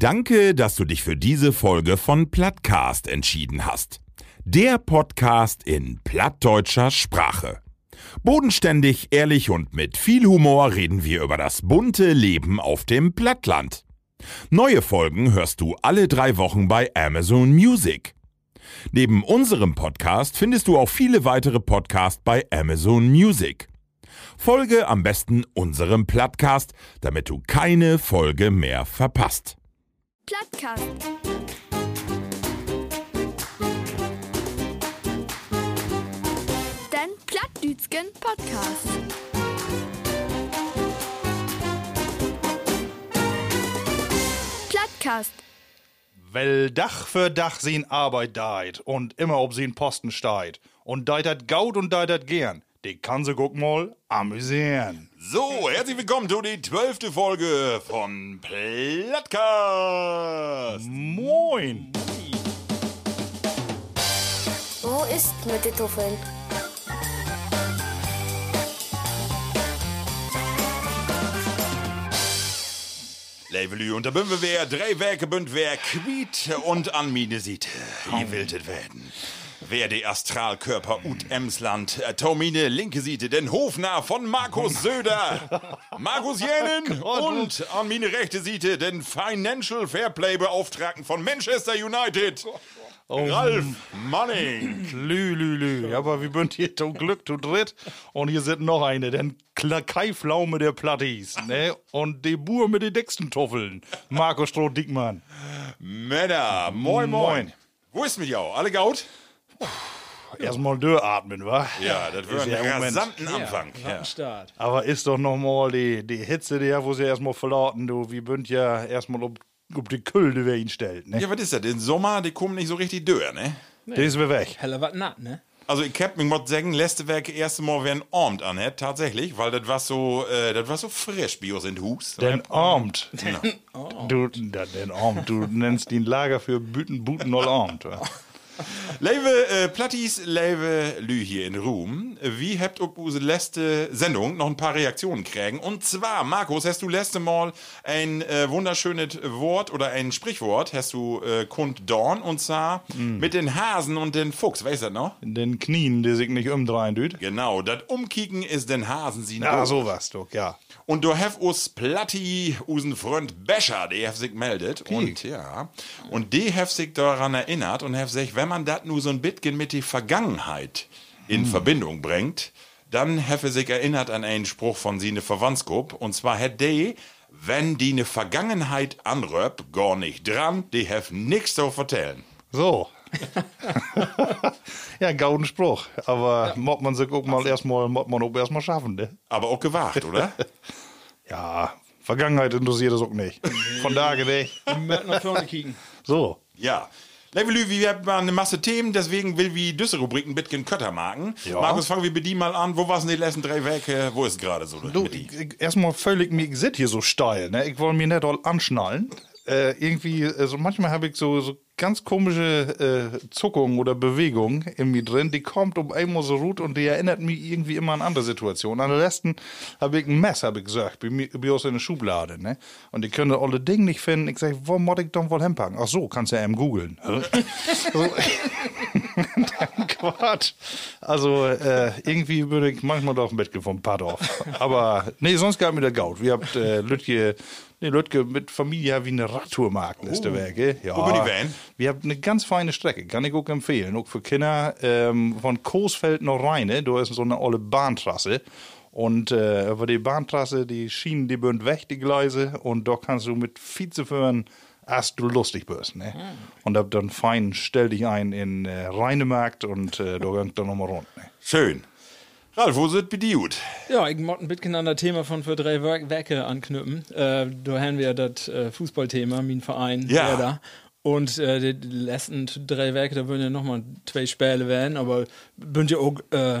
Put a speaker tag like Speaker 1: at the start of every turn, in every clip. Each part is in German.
Speaker 1: Danke, dass du dich für diese Folge von Plattcast entschieden hast. Der Podcast in plattdeutscher Sprache. Bodenständig, ehrlich und mit viel Humor reden wir über das bunte Leben auf dem Plattland. Neue Folgen hörst du alle drei Wochen bei Amazon Music. Neben unserem Podcast findest du auch viele weitere Podcasts bei Amazon Music. Folge am besten unserem Plattcast, damit du keine Folge mehr verpasst.
Speaker 2: Plattcast. Den Plattdütschen Podcast. Plattcast.
Speaker 3: Weil Dach für Dach sehen Arbeit deit und immer ob sie in Posten steigt. Und deit hat Gaut und deit hat gern. Die kann sie guck mal amüsieren.
Speaker 1: So, herzlich willkommen zu die zwölfte Folge von Plattcast.
Speaker 3: Moin!
Speaker 4: Wo ist mit den Tuffeln?
Speaker 1: Levelü unter Bümbewehr, drei Werke bünd wer quiet und an Mine sieht, wie wildet werden. Wer die Astralkörper ut Emsland, äh, Taumine linke Siete, den Hofnarr von Markus Söder, Markus Jänen und an Mine rechte Siete, den Financial Fairplay Beauftragten von Manchester United, Ralf Manning.
Speaker 3: Lü, lü, lü. Ja, aber wir bünd hier zum Glück zu dritt. Und hier sind noch eine, denn Kaiflaume der Plattis, ne? Und die Buhr mit den dicksten Tuffeln. Marco Stroh-Dickmann.
Speaker 1: Männer, moin, moin.
Speaker 3: Moin.
Speaker 1: Wo ist mit jou? Alle gaut?
Speaker 3: Erstmal durchatmen, wa?
Speaker 1: Ja, das wird
Speaker 3: Ist
Speaker 1: ein
Speaker 3: ja im Moment.
Speaker 1: rasanten Anfang. Ja.
Speaker 5: Start.
Speaker 3: Aber ist doch nochmal die, die Hitze, die ja, wo sie erstmal verlauten, du. Wir bünd ja erstmal ob, ob die Külde, wer ihn stellt, ne?
Speaker 1: Ja, was ist das? Den Sommer, die kommen nicht so richtig durch, ne?
Speaker 3: Der ist mir weg.
Speaker 5: Heller was nat, ne?
Speaker 1: Also ich hab mir muss sagen, letzte Werk erste Mal werden armt an, ne? tatsächlich, weil das war so, äh, das war so frisch, Bios in Hus.
Speaker 3: Den Armt. Du, da, den Armt. Du nennst ihn Lager für Büten, Buten oder Armt. wa?
Speaker 1: Leve äh, Plattis, Leve Lü hier in Ruhm. Wie habt ob unsere letzte Sendung noch ein paar Reaktionen kriegen? Und zwar, Markus, hast du letzte Mal ein äh, wunderschönes Wort oder ein Sprichwort, hast du äh, kund Dorn und zwar mit den Hasen und den Fuchs, weißt du das noch?
Speaker 3: Den Knien, der sich nicht umdrehen tut. Ah,
Speaker 1: Genau, das Umkicken ist den Hasen sie
Speaker 3: Ja, sowas, du, ja.
Speaker 1: Und du have us Platti, usen Freund Bescher, der have sich meldet. Und ja, und die have sich daran erinnert und have sich, wenn man das nur so ein bisschen mit die Vergangenheit in Verbindung bringt, dann have sich erinnert an einen Spruch von Sine Verwandtskop. Und zwar hat die, wenn die ne Vergangenheit anröp, gar nicht dran, die have nix zu vertellen.
Speaker 3: So. ja, gauden Spruch. Aber mod man sich auch mal erstmal, mod man auch erstmal schaffen, ne?
Speaker 1: Aber auch gewagt, oder?
Speaker 3: Ja, Vergangenheit interessiert es auch nicht. Von daher nicht.
Speaker 5: Wir möchten nach vorne kicken.
Speaker 3: So.
Speaker 1: Ja. Levelü, wir haben eine Masse Themen, deswegen will wir diese Rubriken Bitcoin Kötter machen.
Speaker 3: Ja.
Speaker 1: Markus, fangen wir mit die mal an. Wo waren die letzten drei Werke? Wo ist gerade so?
Speaker 3: Du,
Speaker 1: mit die?
Speaker 3: ich, ich, erstmal völlig, mir- ich sit hier so steil, ne? Ich wollte mir nicht all anschnallen. Äh, irgendwie, also manchmal habe ich so, so ganz komische äh, Zuckungen oder Bewegungen in mir drin. Die kommt um einmal so rot und die erinnert mich irgendwie immer an andere Situationen. An der letzten habe ich ein Messer, habe ich gesagt, bei mir bei uns in der Schublade, ne? Und die können das alle Ding nicht finden. Ich sage, wo mod ich dann wohl hinpacken? Ach so, kannst ja eben googeln. Hä? so. Quatsch. Also äh, irgendwie würde ich manchmal doch ein Bettchen vom Padorf. Aber nee, sonst gab mir der Gaut. Wir habt äh, Lütje, nee, Lütke mit Familie wie eine Radtour mag letzte Werke. Ja.
Speaker 1: Wo bin ich wen?
Speaker 3: Wir haben eine ganz feine Strecke, kann ich auch empfehlen. Auch für Kinder ähm, von Coesfeld nach Rheine, da ist so eine olle Bahntrasse. Und äh, über die Bahntrasse, die Schienen, die bünd weg, die Gleise. Und da kannst du mit Vize fahren, als du lustig bist. Ne? Und hab dann fein, stell dich ein in äh, Rheinemarkt und äh, da geht dann nochmal rund. Ne?
Speaker 1: Schön. Ralf, wo sind die Dude?
Speaker 5: Ja, ich mod ein bisschen an das Thema von für drei Werk Werke anknüpfen. Äh, da haben wir das äh, Fußballthema, mein Verein,
Speaker 1: Ja.
Speaker 5: Werder. Und äh, die- die letzten drei Werke, da würden ja nochmal zwei Spiele werden, aber bünd ja auch äh,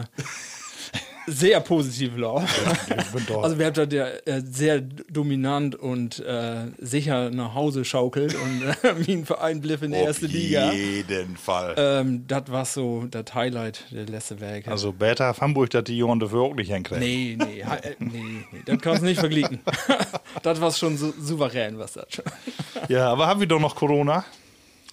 Speaker 5: sehr positiv laufen.
Speaker 3: Ich bin dort.
Speaker 5: Also wir haben da der äh, sehr dominant und äh, sicher nach Hause schaukelt und äh, wie ein Verein bliff in die erste
Speaker 3: Auf
Speaker 5: Liga.
Speaker 3: jeden Fall.
Speaker 5: Ähm, das war so das Highlight der letzte Werke.
Speaker 3: also Beta auf Hamburg, dass die Jungen dafür auch nicht hinkriegen.
Speaker 5: nee, nee, ha- äh, nee, nee, das kannst du nicht vergleichen. das war schon so souverän, was das schon.
Speaker 3: Ja, aber haben wir doch noch Corona.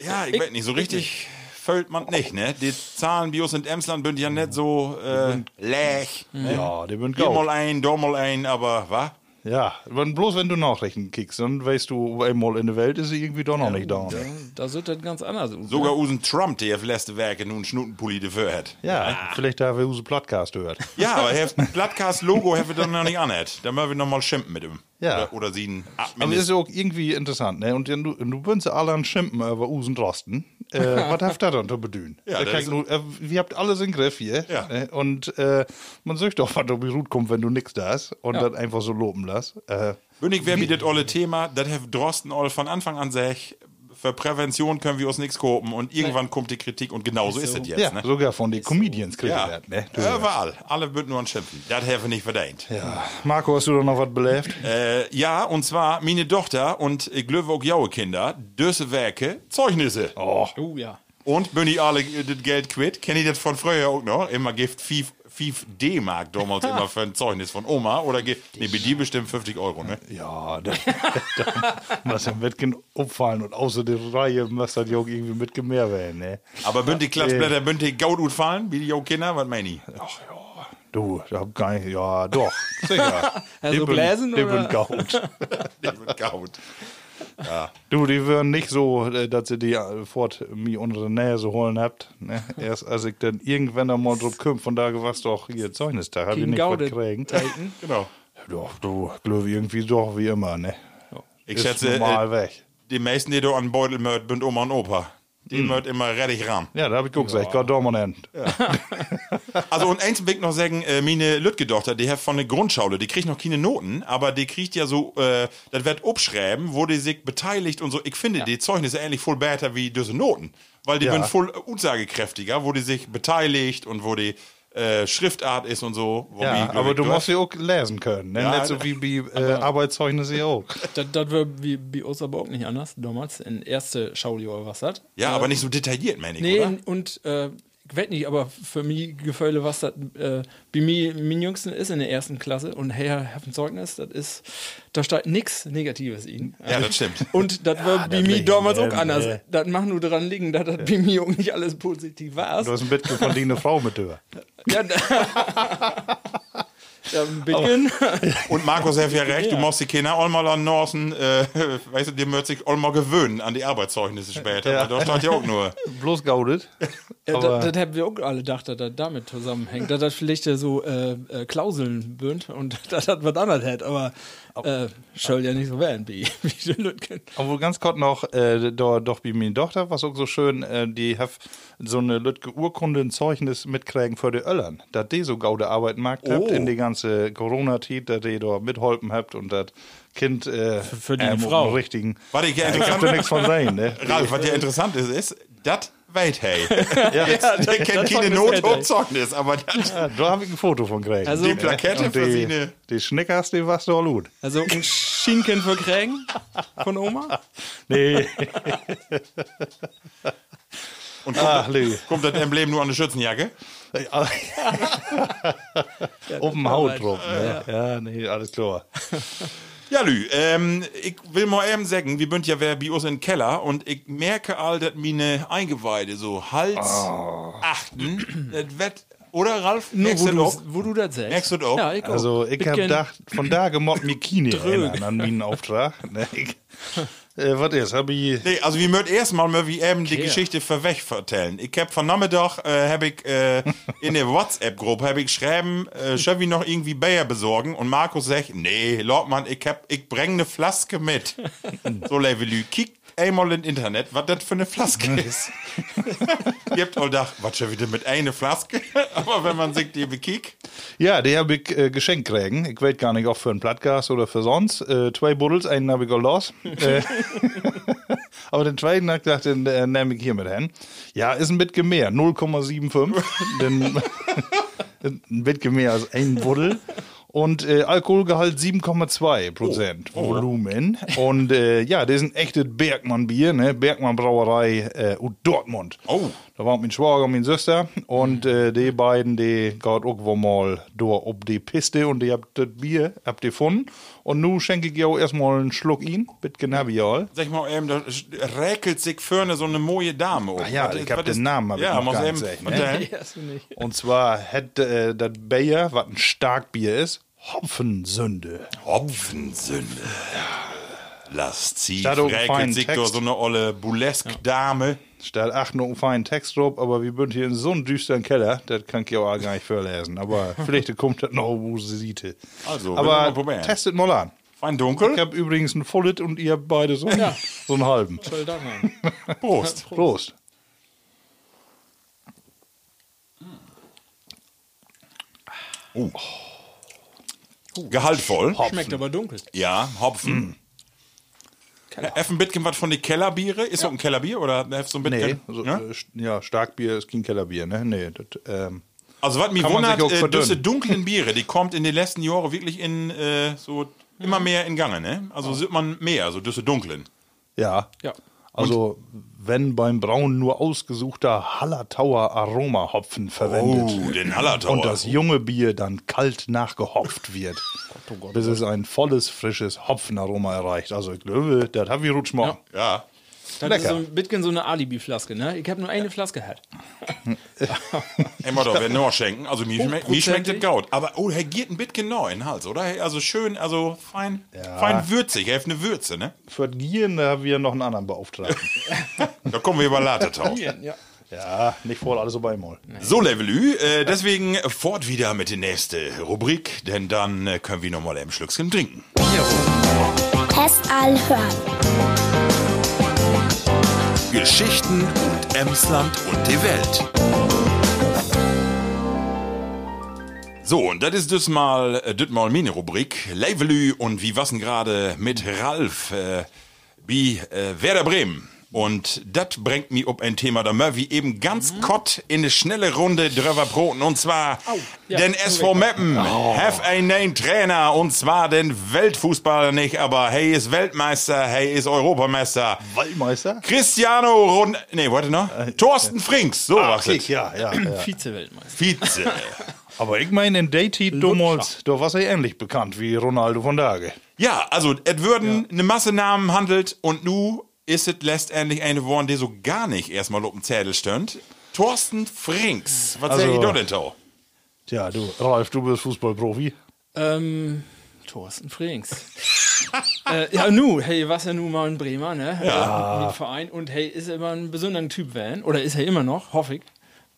Speaker 1: Ja, ich, weiß nicht, so richtig fällt man nicht, ne? Die Zahlenbios in Emsland sind ja nicht so äh, lech.
Speaker 3: Ja, die sind
Speaker 1: Hier
Speaker 3: gut.
Speaker 1: mal ein, da mal ein, aber was?
Speaker 3: Ja, wenn, bloß wenn du nachrechnen kickst, dann weißt du, einmal in der Welt ist sie irgendwie doch noch nicht da. ne?
Speaker 5: Da, da sieht das ganz anders aus.
Speaker 1: Sogar Usen Trump, der auf letzte Werke nun Schnutenpulli dafür hat.
Speaker 3: Ja, vielleicht da, wer unseren Podcast hört.
Speaker 1: Ja, aber er hat ein Plattcast-Logo hat er dann noch nicht anhat. Da müssen wir noch mal schimpfen mit ihm.
Speaker 3: Ja.
Speaker 1: Oder, oder sie ihn
Speaker 3: Aber
Speaker 1: abmindest.
Speaker 3: ist auch irgendwie interessant, ne? Und du, du bist alle an Schimpen über Usen Drosten. Äh, was habt ihr dann zu bedühen?
Speaker 1: Ja,
Speaker 3: Da
Speaker 1: das
Speaker 3: kann
Speaker 1: ist-
Speaker 3: ich nur, äh, wir habt alles in Griff hier.
Speaker 1: Ja.
Speaker 3: Ne? Und äh, man sagt doch, was du gut kommt, wenn du nix da hast und dann einfach so loben lässt. Äh,
Speaker 1: Bündnig wäre wie das olle Thema, das hat Drosten all von Anfang an sech. Für Prävention können wir uns nichts kopen und irgendwann kommt die Kritik und genauso ist es jetzt.
Speaker 3: ja,
Speaker 1: ne?
Speaker 3: sogar von den Comedians kriegt
Speaker 1: ja.
Speaker 3: er das, ne? Du-
Speaker 1: Ja, überall. Alle bünden nur an Schimpfen. Das haben wir nicht verdient.
Speaker 3: Ja. Marco, hast du da noch was belebt?
Speaker 1: Äh, ja, und zwar meine Tochter und äh, Glöwe auch jaue Kinder, döse Werke, Zeugnisse.
Speaker 5: Oh ja.
Speaker 1: Und bin ich alle äh, das Geld quitt, kenne ich das von früher auch noch. Immer gift 5 D-Mark damals immer für ein Zeugnis von Oma oder gift, nee, bei dir bestimmt 50 Euro, ne?
Speaker 3: Ja, da, da muss er mitgehen umfallen und außer der Reihe muss das ja auch irgendwie mitgemehr werden, ne?
Speaker 1: Aber bünd die Klatschblätter, bünd die Gaut gut fallen, wie die jaue Kinder, was meine ich?
Speaker 3: Ach ja, du, ich hab gar nicht, ja, doch, sicher.
Speaker 5: Also
Speaker 3: Die bin-
Speaker 5: Bläsen,
Speaker 3: Die
Speaker 5: oder?
Speaker 3: bin gaut.
Speaker 1: Die wird Gaut.
Speaker 3: Du, die würden nicht so, äh, dass ihr die äh, fort mir unsere Nase holen habt. Ne? Erst als ich dann irgendwann da mal drauf komme, von da war es doch hier Zeugnistag, hab ich
Speaker 5: Gegen
Speaker 3: nicht was
Speaker 5: Gaude
Speaker 3: gekriegt.
Speaker 5: treten.
Speaker 1: Genau.
Speaker 3: Doch, du, glaube irgendwie doch, wie immer, ne?
Speaker 1: Ich
Speaker 3: Ist
Speaker 1: schätze,
Speaker 3: normal
Speaker 1: äh,
Speaker 3: weg.
Speaker 1: die meisten, die du an Beutel mört, bünd Oma und Opa. Die
Speaker 3: Hm.
Speaker 1: mört immer rettig ran.
Speaker 3: Ja, da hab ich guckt, ja. Gott dominant.
Speaker 1: Also und eins will ich noch sagen, äh, meine Lütgedochter, die hat von der Grundschule, die kriegt noch keine Noten, aber die kriegt ja so, äh, das wird abschreiben, wo die sich beteiligt und so. Ich finde die Zeugnisse ähnlich voll besser wie diese Noten, weil die
Speaker 3: Ja.
Speaker 1: sind voll unsagekräftiger, wo die sich beteiligt und wo die äh, Schriftart ist und so. wo
Speaker 3: Ja,
Speaker 1: die, glaub
Speaker 3: aber
Speaker 1: ich,
Speaker 3: du
Speaker 1: durch-
Speaker 3: musst sie auch lesen können. Ne?
Speaker 1: Ja,
Speaker 3: Nicht so wie wie äh, Arbeitszeugnisse auch.
Speaker 5: Das, das war wie, wie uns aber auch nicht anders damals. In erste Schaulior was das.
Speaker 1: Ja, aber nicht so detailliert, meine ich,
Speaker 5: Nee,
Speaker 1: oder?
Speaker 5: und äh, ich weiß nicht, aber für mich gefällt was das äh, bei mir, mein Jüngsten ist in der ersten Klasse und Herr hat ein Zeugnis, das ist, da steht nichts Negatives ihn.
Speaker 1: Ja, das stimmt.
Speaker 5: Und das war bei mir
Speaker 3: liegt
Speaker 5: damals
Speaker 3: mir,
Speaker 5: auch anders.
Speaker 3: ne.
Speaker 5: Das macht nur dran liegen, dass das bei mir auch nicht alles positiv war.
Speaker 3: Du hast ein Bett von dir eine Frau mit dir.
Speaker 5: Ja, da, Dann Beginn.
Speaker 1: Und Markus hat ja recht, du musst die Kinder auch mal an Norsen, äh, weißt du, die müssen sich auch mal gewöhnen an die Arbeitszeugnisse später,
Speaker 3: Ja.
Speaker 1: weil da stand ja auch nur.
Speaker 3: Bloß gaudet.
Speaker 5: Ja,
Speaker 3: Aber-
Speaker 5: das, das haben wir auch alle gedacht, dass das damit zusammenhängt. Dass das vielleicht äh, so äh, äh, Klauseln bünd und dass das was anderes hat. Aber äh, soll ja nicht so werden, wie, wie die Lütgen.
Speaker 3: Obwohl ganz kurz noch, äh, doch, doch bei meine Tochter, was auch so schön, äh, die hat so eine Lütke Urkunde, ein Zeugnis mitkriegen für die Öllern. Dass die so gaude Arbeit gemacht habt in die ganze Corona-Zeit, dass die da mitholpen habt und das Kind äh,
Speaker 5: für die
Speaker 3: ähm,
Speaker 5: Frau.
Speaker 3: im richtigen.
Speaker 1: Warte, ich-
Speaker 3: ich hab da nichts von sein, ne?
Speaker 1: Ralf, was
Speaker 5: äh,
Speaker 1: ja interessant ist, ist, das weit hey.
Speaker 3: Ja,
Speaker 1: Der
Speaker 5: das
Speaker 1: kennt keine
Speaker 5: Zeugnis
Speaker 1: Not
Speaker 5: hätte ich.
Speaker 1: und Zeugnis, aber das,
Speaker 3: ja, da habe ich ein Foto von gekriegt.
Speaker 5: Also- Die
Speaker 1: Plakette
Speaker 3: Und
Speaker 1: für sie ne?
Speaker 3: die,
Speaker 1: eine-
Speaker 3: die Schnickers, die war's doch gut.
Speaker 5: Also ein Schinken für Krägen von Oma.
Speaker 3: Nee.
Speaker 1: und kommt,
Speaker 5: Ah.
Speaker 3: Ach, nee.
Speaker 1: kommt das Emblem nur an eine Schützenjacke?
Speaker 3: Auf dem Haut drauf. Ne? Ja, nee, alles klar.
Speaker 1: Ja, Lü, ähm, ich will mal eben sagen, wir sind ja wer bei uns im Keller und ich merke all, dass meine Eingeweide so Hals
Speaker 3: Oh.
Speaker 1: achten, das wird, oder Ralf?
Speaker 5: Ah. Nur
Speaker 1: Merkst
Speaker 5: wo
Speaker 1: du
Speaker 5: du,
Speaker 1: das auch?
Speaker 5: wo du das sagst.
Speaker 1: Merkst du das auch?
Speaker 5: Ja, ich auch.
Speaker 3: Also, ich habe
Speaker 5: kenn-
Speaker 3: gedacht, von da gemobbt mir Kine
Speaker 5: Drög.
Speaker 3: erinnern an meinen Auftrag. Ne? Ich, äh, was ist, hab ich.
Speaker 1: Nee, also wir möchten erstmal mal wie eben die
Speaker 5: Okay.
Speaker 1: Geschichte für weg vertellen. Ich hab von Nachmittag äh, hab ich äh, in der WhatsApp-Gruppe hab ich geschrieben, äh, soll ich noch irgendwie Bayer besorgen und Markus sagt, nee, Lordmann, ich hab, ich bring ne Flaske mit. so Levelü, kick einmal in Internet, was das für eine Flaske ist. Ihr habt all gedacht, was schon wieder mit einer Flaske? Aber wenn man sich die bekickt,
Speaker 3: Ja, die habe ich äh, geschenkt kriegen. Ich weiß gar nicht, ob für einen Plattgas oder für sonst. Äh, zwei Buddels, einen habe ich auch los. äh, aber den zweiten habe ich gedacht, den äh, nehme ich hier mit hin. Ja, ist ein bisschen mehr. 0,75. Denn ein bisschen mehr als ein Buddel. Und äh, Alkoholgehalt 7,2 Prozent Volumen. Und äh, ja, das ist ein echtes Bergmann-Bier, ne? Bergmann-Brauerei äh, aus Dortmund.
Speaker 1: Oh.
Speaker 3: Da waren mein Schwager und meine Schwester. Und äh, die beiden, die geht irgendwo mal durch ob die Piste und die habt das Bier habt ihr gefunden. Und nun schenke ich ihr auch erstmal einen Schluck ihn. Bitgen hab ich all.
Speaker 1: Sag ich mal eben, da räkelt sich vorne so eine moje Dame um.
Speaker 3: Ach Ah ja,
Speaker 1: Was
Speaker 3: ich
Speaker 1: ist-
Speaker 3: hab
Speaker 1: was
Speaker 3: den
Speaker 1: ist-
Speaker 3: Namen, hab ich
Speaker 1: Ja,
Speaker 3: noch
Speaker 1: muss
Speaker 3: gar
Speaker 1: eben.
Speaker 3: nicht gesagt,
Speaker 1: was
Speaker 3: ne?
Speaker 1: denn?
Speaker 5: Erst nicht.
Speaker 3: Und zwar hätte äh, das Bayer, was ein Starkbier ist, Hopfensünde.
Speaker 1: Hopfensünde. Lasziv
Speaker 3: Statt um feinen
Speaker 1: räkelt sich
Speaker 3: Text.
Speaker 1: durch so eine olle Burlesque-Dame.
Speaker 3: Statt 8 noch einen feinen Text drauf, aber wir sind hier in so einem düsteren Keller, das kann ich auch gar nicht verlesen. Aber vielleicht kommt das noch, wo sie sieht.
Speaker 1: Also, wir wollen mal
Speaker 3: aber
Speaker 1: probieren.
Speaker 3: testet mal an.
Speaker 1: Fein
Speaker 3: Ich
Speaker 1: dunkel.
Speaker 3: habe übrigens einen Fullet und ihr habt beide so, einen-
Speaker 5: Ja.
Speaker 3: so einen halben.
Speaker 5: Toll da rein.
Speaker 1: Prost.
Speaker 3: Prost.
Speaker 1: Oh. Gehaltvoll.
Speaker 5: Schmeckt aber dunkel.
Speaker 1: Ja,
Speaker 3: Mm.
Speaker 1: Hopfen. Äh, Eff ein bisschen was von den Kellerbiere. Ist so ein Kellerbier oder Eff so ein
Speaker 3: Nee,
Speaker 1: bisschen?
Speaker 3: also,
Speaker 1: ja?
Speaker 3: äh, st- ja, Starkbier ist kein Kellerbier, ne? Nee, das, ähm,
Speaker 1: Also was mich
Speaker 3: Kann man
Speaker 1: wundert,
Speaker 3: sich auch
Speaker 1: äh,
Speaker 3: verdünnen.
Speaker 1: diese dunklen Biere, die kommt in den letzten Jahren wirklich in äh, so immer mehr in Gange, ne? Also sieht man mehr, so diese dunklen.
Speaker 3: ja.
Speaker 5: Ja.
Speaker 3: Also, wenn beim Brauen nur ausgesuchter Hallertauer Aromahopfen verwendet.
Speaker 1: Oh, den Hallertauer.
Speaker 3: Und das junge Bier dann kalt nachgehopft wird, bis es ein volles, frisches Hopfenaroma erreicht. Also ich glaube, das habe ich rutsch mal.
Speaker 1: Ja.
Speaker 5: Das
Speaker 3: Lecker.
Speaker 5: ist so ein bisschen so eine Alibi-Flaske, ne? Ich habe nur eine Flaske gehabt.
Speaker 1: Immer doch, wenn noch schenken. Also mir, schmeckt- mir schmeckt das
Speaker 5: Hochprozentig.
Speaker 1: Gaut. Aber oh, Herr Giert ein bisschen neu in den Hals, oder? Hey, Also schön, also fein,
Speaker 3: Ja.
Speaker 1: fein würzig. Er hat eine Würze, ne?
Speaker 3: Für das Gieren, da haben wir noch einen anderen Beauftragten.
Speaker 1: Da kommen wir über Latertau.
Speaker 5: Ja.
Speaker 3: ja, nicht vor alles so bei mal.
Speaker 1: So, Levelü, äh, deswegen fort wieder mit der nächsten Rubrik, denn dann äh, können wir nochmal im Schlückschen trinken.
Speaker 6: Test anhören.
Speaker 1: Geschichten und Emsland und die Welt. So, und das ist das mal, äh, das mal meine Rubrik. Levelü und wie wassen gerade mit Ralf, äh, wie äh, Werder Bremen. Und das bringt mich ob ein Thema, da wir eben ganz kott in eine schnelle Runde drüber broten. Und zwar
Speaker 5: ja,
Speaker 1: den SV Meppen. Have a name Trainer. Und zwar den Weltfußballer nicht, aber hey ist Weltmeister, hey ist Europameister.
Speaker 3: Waldmeister?
Speaker 1: Cristiano Ron... Nee, warte noch. Thorsten Frinks, so was
Speaker 3: ich, ja, ja, ja.
Speaker 5: Vize-Weltmeister.
Speaker 1: Vize.
Speaker 3: Aber ich meine, in Deity damals, da war er ähnlich bekannt wie Ronaldo von Dage.
Speaker 1: ja, also, es würden eine Masse Namen handelt und nu ist es letztendlich eine worden, die so gar nicht erstmal auf dem Zettel stönt. Thorsten Frinks. Was also,
Speaker 3: Also-
Speaker 1: sag ich dort denn tau?
Speaker 3: Tja, du, Ralf, du bist Fußballprofi.
Speaker 5: Ähm, Thorsten Frings. äh, ja, nu, hey, was ja nun mal ein Bremer, ne? Ja. Äh, mit Verein. Und hey, ist er immer ein besonderer Typ werden. Oder ist er immer noch, hoffe ich.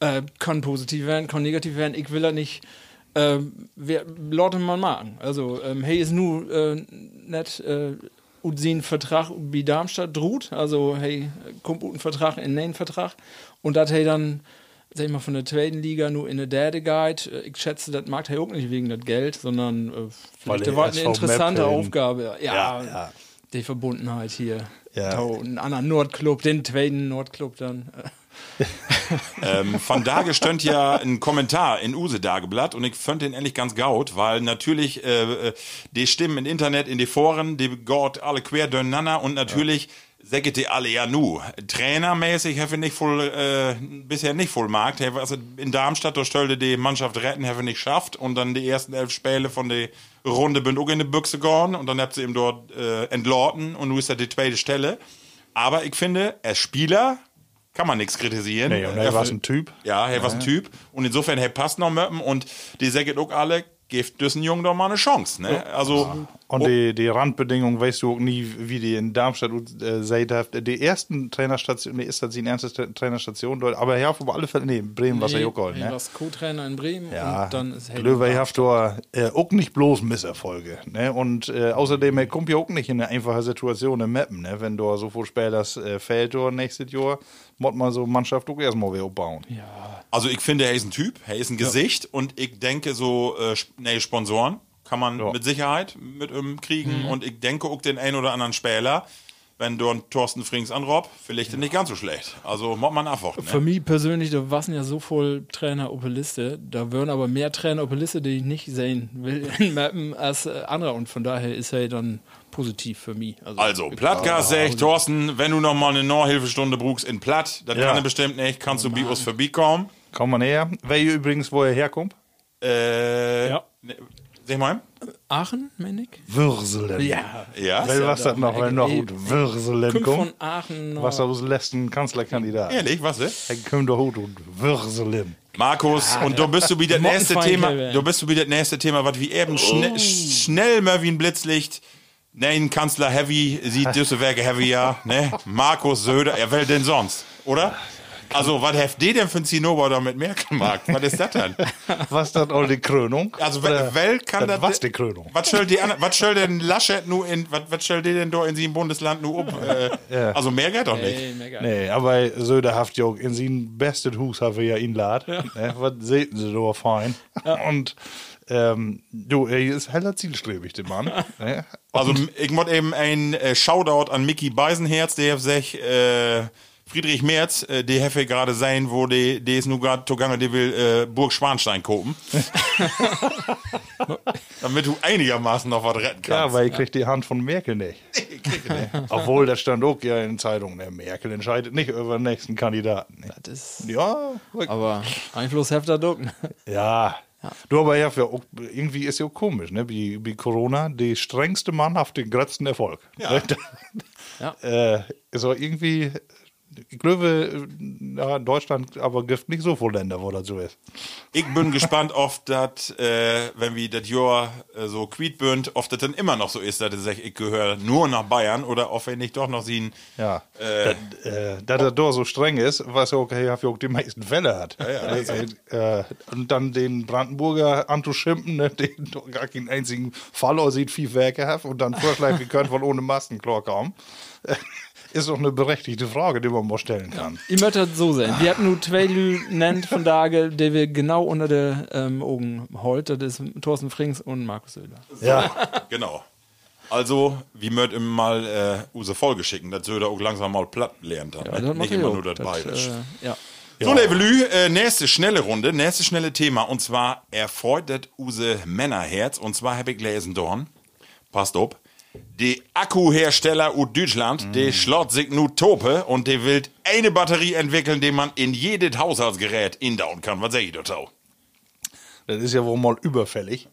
Speaker 5: Äh, kann positiv werden, kann negativ werden. Ich will er nicht. ähm, wer, Leute mal machen. Also, ähm, hey, ist nu äh, nett. Äh, und sie einen Vertrag wie Darmstadt droht. Also, hey, kommt guten Vertrag in den Vertrag. Und dat hey dann sag ich mal, von der zweiten Liga nur in der Derde Guide. Äh, Ich schätze, das mag er auch nicht wegen das Geld, sondern äh,
Speaker 3: Weil
Speaker 5: vielleicht
Speaker 3: der
Speaker 5: war eine
Speaker 3: SV
Speaker 5: interessante
Speaker 3: Meppen.
Speaker 5: Aufgabe. Ja,
Speaker 3: Ja, ja.
Speaker 5: die Verbundenheit hier.
Speaker 3: Ja.
Speaker 5: Da einen anderen Nordclub, den zweiten Nordclub dann. Äh,
Speaker 1: ähm, von Dage stönt ja ein Kommentar in Use Dageblatt und ich fand den ehrlich ganz gaut, weil natürlich äh, äh, die Stimmen im Internet, in die Foren, die Gott alle quer durcheinander und natürlich säcket die alle ja nu. Trainermäßig habe ich nicht voll, äh, bisher nicht voll markt. Hef Also in Darmstadt, da stollte die Mannschaft retten, habe ich nicht schafft und dann die ersten elf Spiele von der Runde bin auch in die Büchse gehauen und dann habt sie eben dort äh, entlorten und nu ist das die zweite Stelle. Aber ich finde, als Spieler kann man nichts kritisieren.
Speaker 3: Nee, und er war ein Typ.
Speaker 1: Ja, hey, was ein Typ. Und insofern, hey, passt noch Möppen und die säcket auch alle, gebt diesen Jungen doch mal eine Chance, ne? Also,
Speaker 3: Und
Speaker 5: Oh.
Speaker 3: die, die Randbedingungen weißt du auch nie, wie die in Darmstadt äh, seid habt. Die ersten Trainerstation, die ist das die erste Tra- Trainerstation dort, aber ja, auf alle Fälle, nee, Bremen war es ja auch geholt,
Speaker 5: Er
Speaker 3: ne?
Speaker 5: war Äh, Co-Trainer in Bremen
Speaker 3: Ja,
Speaker 5: und dann ist hey,
Speaker 3: Löwehaft war äh, auch nicht bloß Misserfolge. Ne? Und äh, außerdem, er kommt ja auch nicht in eine einfache Situation im Mappen. Ne? Wenn du so viel später das äh, Feldtor nächstes Jahr, muss man so Mannschaft auch erstmal wieder aufbauen.
Speaker 1: also ich finde, er ist ein Typ, er ist ein Gesicht und ich denke so, äh, sp- nee,
Speaker 3: Mhm.
Speaker 1: Sponsoren kann man mit Sicherheit mit ihm kriegen und ich denke auch den einen oder anderen Spieler. wenn du einen Thorsten Frings anrob, vielleicht nicht ganz so schlecht. Also muss man einfach. Ne?
Speaker 5: Für mich persönlich, da waren ja so voll Trainer Opeliste, da wären aber mehr Trainer Opeliste, die ich nicht sehen will in Mappen als äh, andere und von daher ist er dann positiv für mich. genau.
Speaker 1: Also, Plattgas sag ich, Thorsten, wenn du noch mal eine Nachhilfestunde brauchst in Platt, das
Speaker 3: Ja.
Speaker 1: kann er bestimmt nicht, kannst du Bios vorbeikommen.
Speaker 3: Komm mal näher. Wer ihr übrigens, wo er herkommt?
Speaker 1: Äh,
Speaker 5: Ja.
Speaker 1: ne, sag mal.
Speaker 5: Aachen, meine ich?
Speaker 3: Würselen.
Speaker 5: Ja.
Speaker 1: Ja,
Speaker 3: Weil was das noch, wenn noch gut Würselen
Speaker 5: Kommt von
Speaker 3: kommt?
Speaker 5: Aachen.
Speaker 3: Was aus dem letzten Kanzlerkandidat.
Speaker 1: ehrlich, was ist?
Speaker 3: Dann kommt der Hut und Würselen.
Speaker 1: Markus, und du bist du wieder das
Speaker 5: Ah, Morgen
Speaker 1: nächste
Speaker 5: fallen
Speaker 1: Thema,
Speaker 5: Gelbe.
Speaker 1: du bist du wieder das nächste Thema, was wie eben schne
Speaker 5: Oh.
Speaker 1: sch schnell mal wie ein Blitzlicht. Nein, Kanzler Heavy,
Speaker 3: Ah.
Speaker 1: sieht Düsselwerke Heavy ja, ne? Markus Söder, ja, wer denn sonst, oder? Also, was heft die denn für ein Zinnober da mit Merkel macht? Was ist das denn?
Speaker 3: Was das auch die Krönung?
Speaker 1: Also, wel, wel kann das.
Speaker 3: Was die Krönung?
Speaker 1: Was soll die, an- was soll denn Laschet nu in, was, was soll die denn da in sieben Bundesland nu um? Äh, Also, mehr geht doch nicht.
Speaker 5: Ey, mega.
Speaker 3: Nee, aber Söder haft ja auch in sein bestes Hus haben wir ja ihn lad. Ne, was sehen sie da fein? Und ähm, du, er ist heller zielstrebig, der Mann. ne?
Speaker 1: Also ich muss eben ein äh, Shoutout an Mickey Beisenherz, der hat sich äh, Friedrich Merz, äh, der heffe gerade sein, wo der der ist nur gerade zugange, der will äh, Burg Schwanstein kopen. Damit du einigermaßen noch was retten
Speaker 3: Ja,
Speaker 1: kannst.
Speaker 3: weil ich krieg die Hand von Merkel nicht. Äh, Obwohl, da stand auch ja in Zeitungen, der ne, Merkel entscheidet nicht über den nächsten Kandidaten.
Speaker 5: Das ist,
Speaker 3: Ja,
Speaker 5: aber Einfluss hefter Ducken.
Speaker 3: ja. Du, aber ja, für, irgendwie ist ja auch komisch, ne? Wie, wie Corona, die strengste Mann hat den größten Erfolg.
Speaker 1: Ja.
Speaker 3: äh, so irgendwie, ich glaube, ja, Deutschland aber gibt nicht so viele Länder, wo das so ist.
Speaker 1: ich bin gespannt, ob das, äh, wenn wir das Jahr äh, so quiet bünd, ob das dann immer noch so ist, dass er sagt, ich gehöre nur nach Bayern oder ob wir nicht doch noch sehen.
Speaker 3: Ja.
Speaker 1: Äh,
Speaker 3: Dass äh, dass er da so streng ist, was er auch, ja, für auch die meisten Fälle hat. äh, äh, und dann den Brandenburger Anto Schimpen, ne, den doch gar keinen einzigen Fall aussieht, viel Werke hat und dann vorschlägt, wir können wohl ohne Maskenklor kaum. Äh, Ist doch eine berechtigte Frage, die man mal stellen kann.
Speaker 5: Ich möchte das so sein. Wir hatten nur zwei Lü nennt von Dage, der wir genau unter der ähm, Augen holt. Das ist Thorsten Frings und Markus Söder.
Speaker 3: Ja,
Speaker 1: Genau. Also, wie mögt ihm mal äh, use Folge schicken, dass Söder auch langsam mal platt lernt. Dann,
Speaker 5: Ja,
Speaker 1: ne?
Speaker 5: das
Speaker 1: Nicht
Speaker 5: mache ich
Speaker 1: immer
Speaker 5: Also, auch.
Speaker 1: nur das, Bayerische.
Speaker 5: äh, ja.
Speaker 1: So, Levelü, äh, nächste schnelle Runde, nächste schnelle Thema. Und zwar erfreut das use Männerherz. Und zwar habe ich gelesen, Dorn, passt ob, die Akkuhersteller aus Deutschland,
Speaker 5: Mm.
Speaker 1: die schlott sich nu tope und die will eine Batterie entwickeln, die man in jedes Haushaltsgerät indauen kann. Was sag ich dazu?
Speaker 3: das ist ja wohl mal überfällig.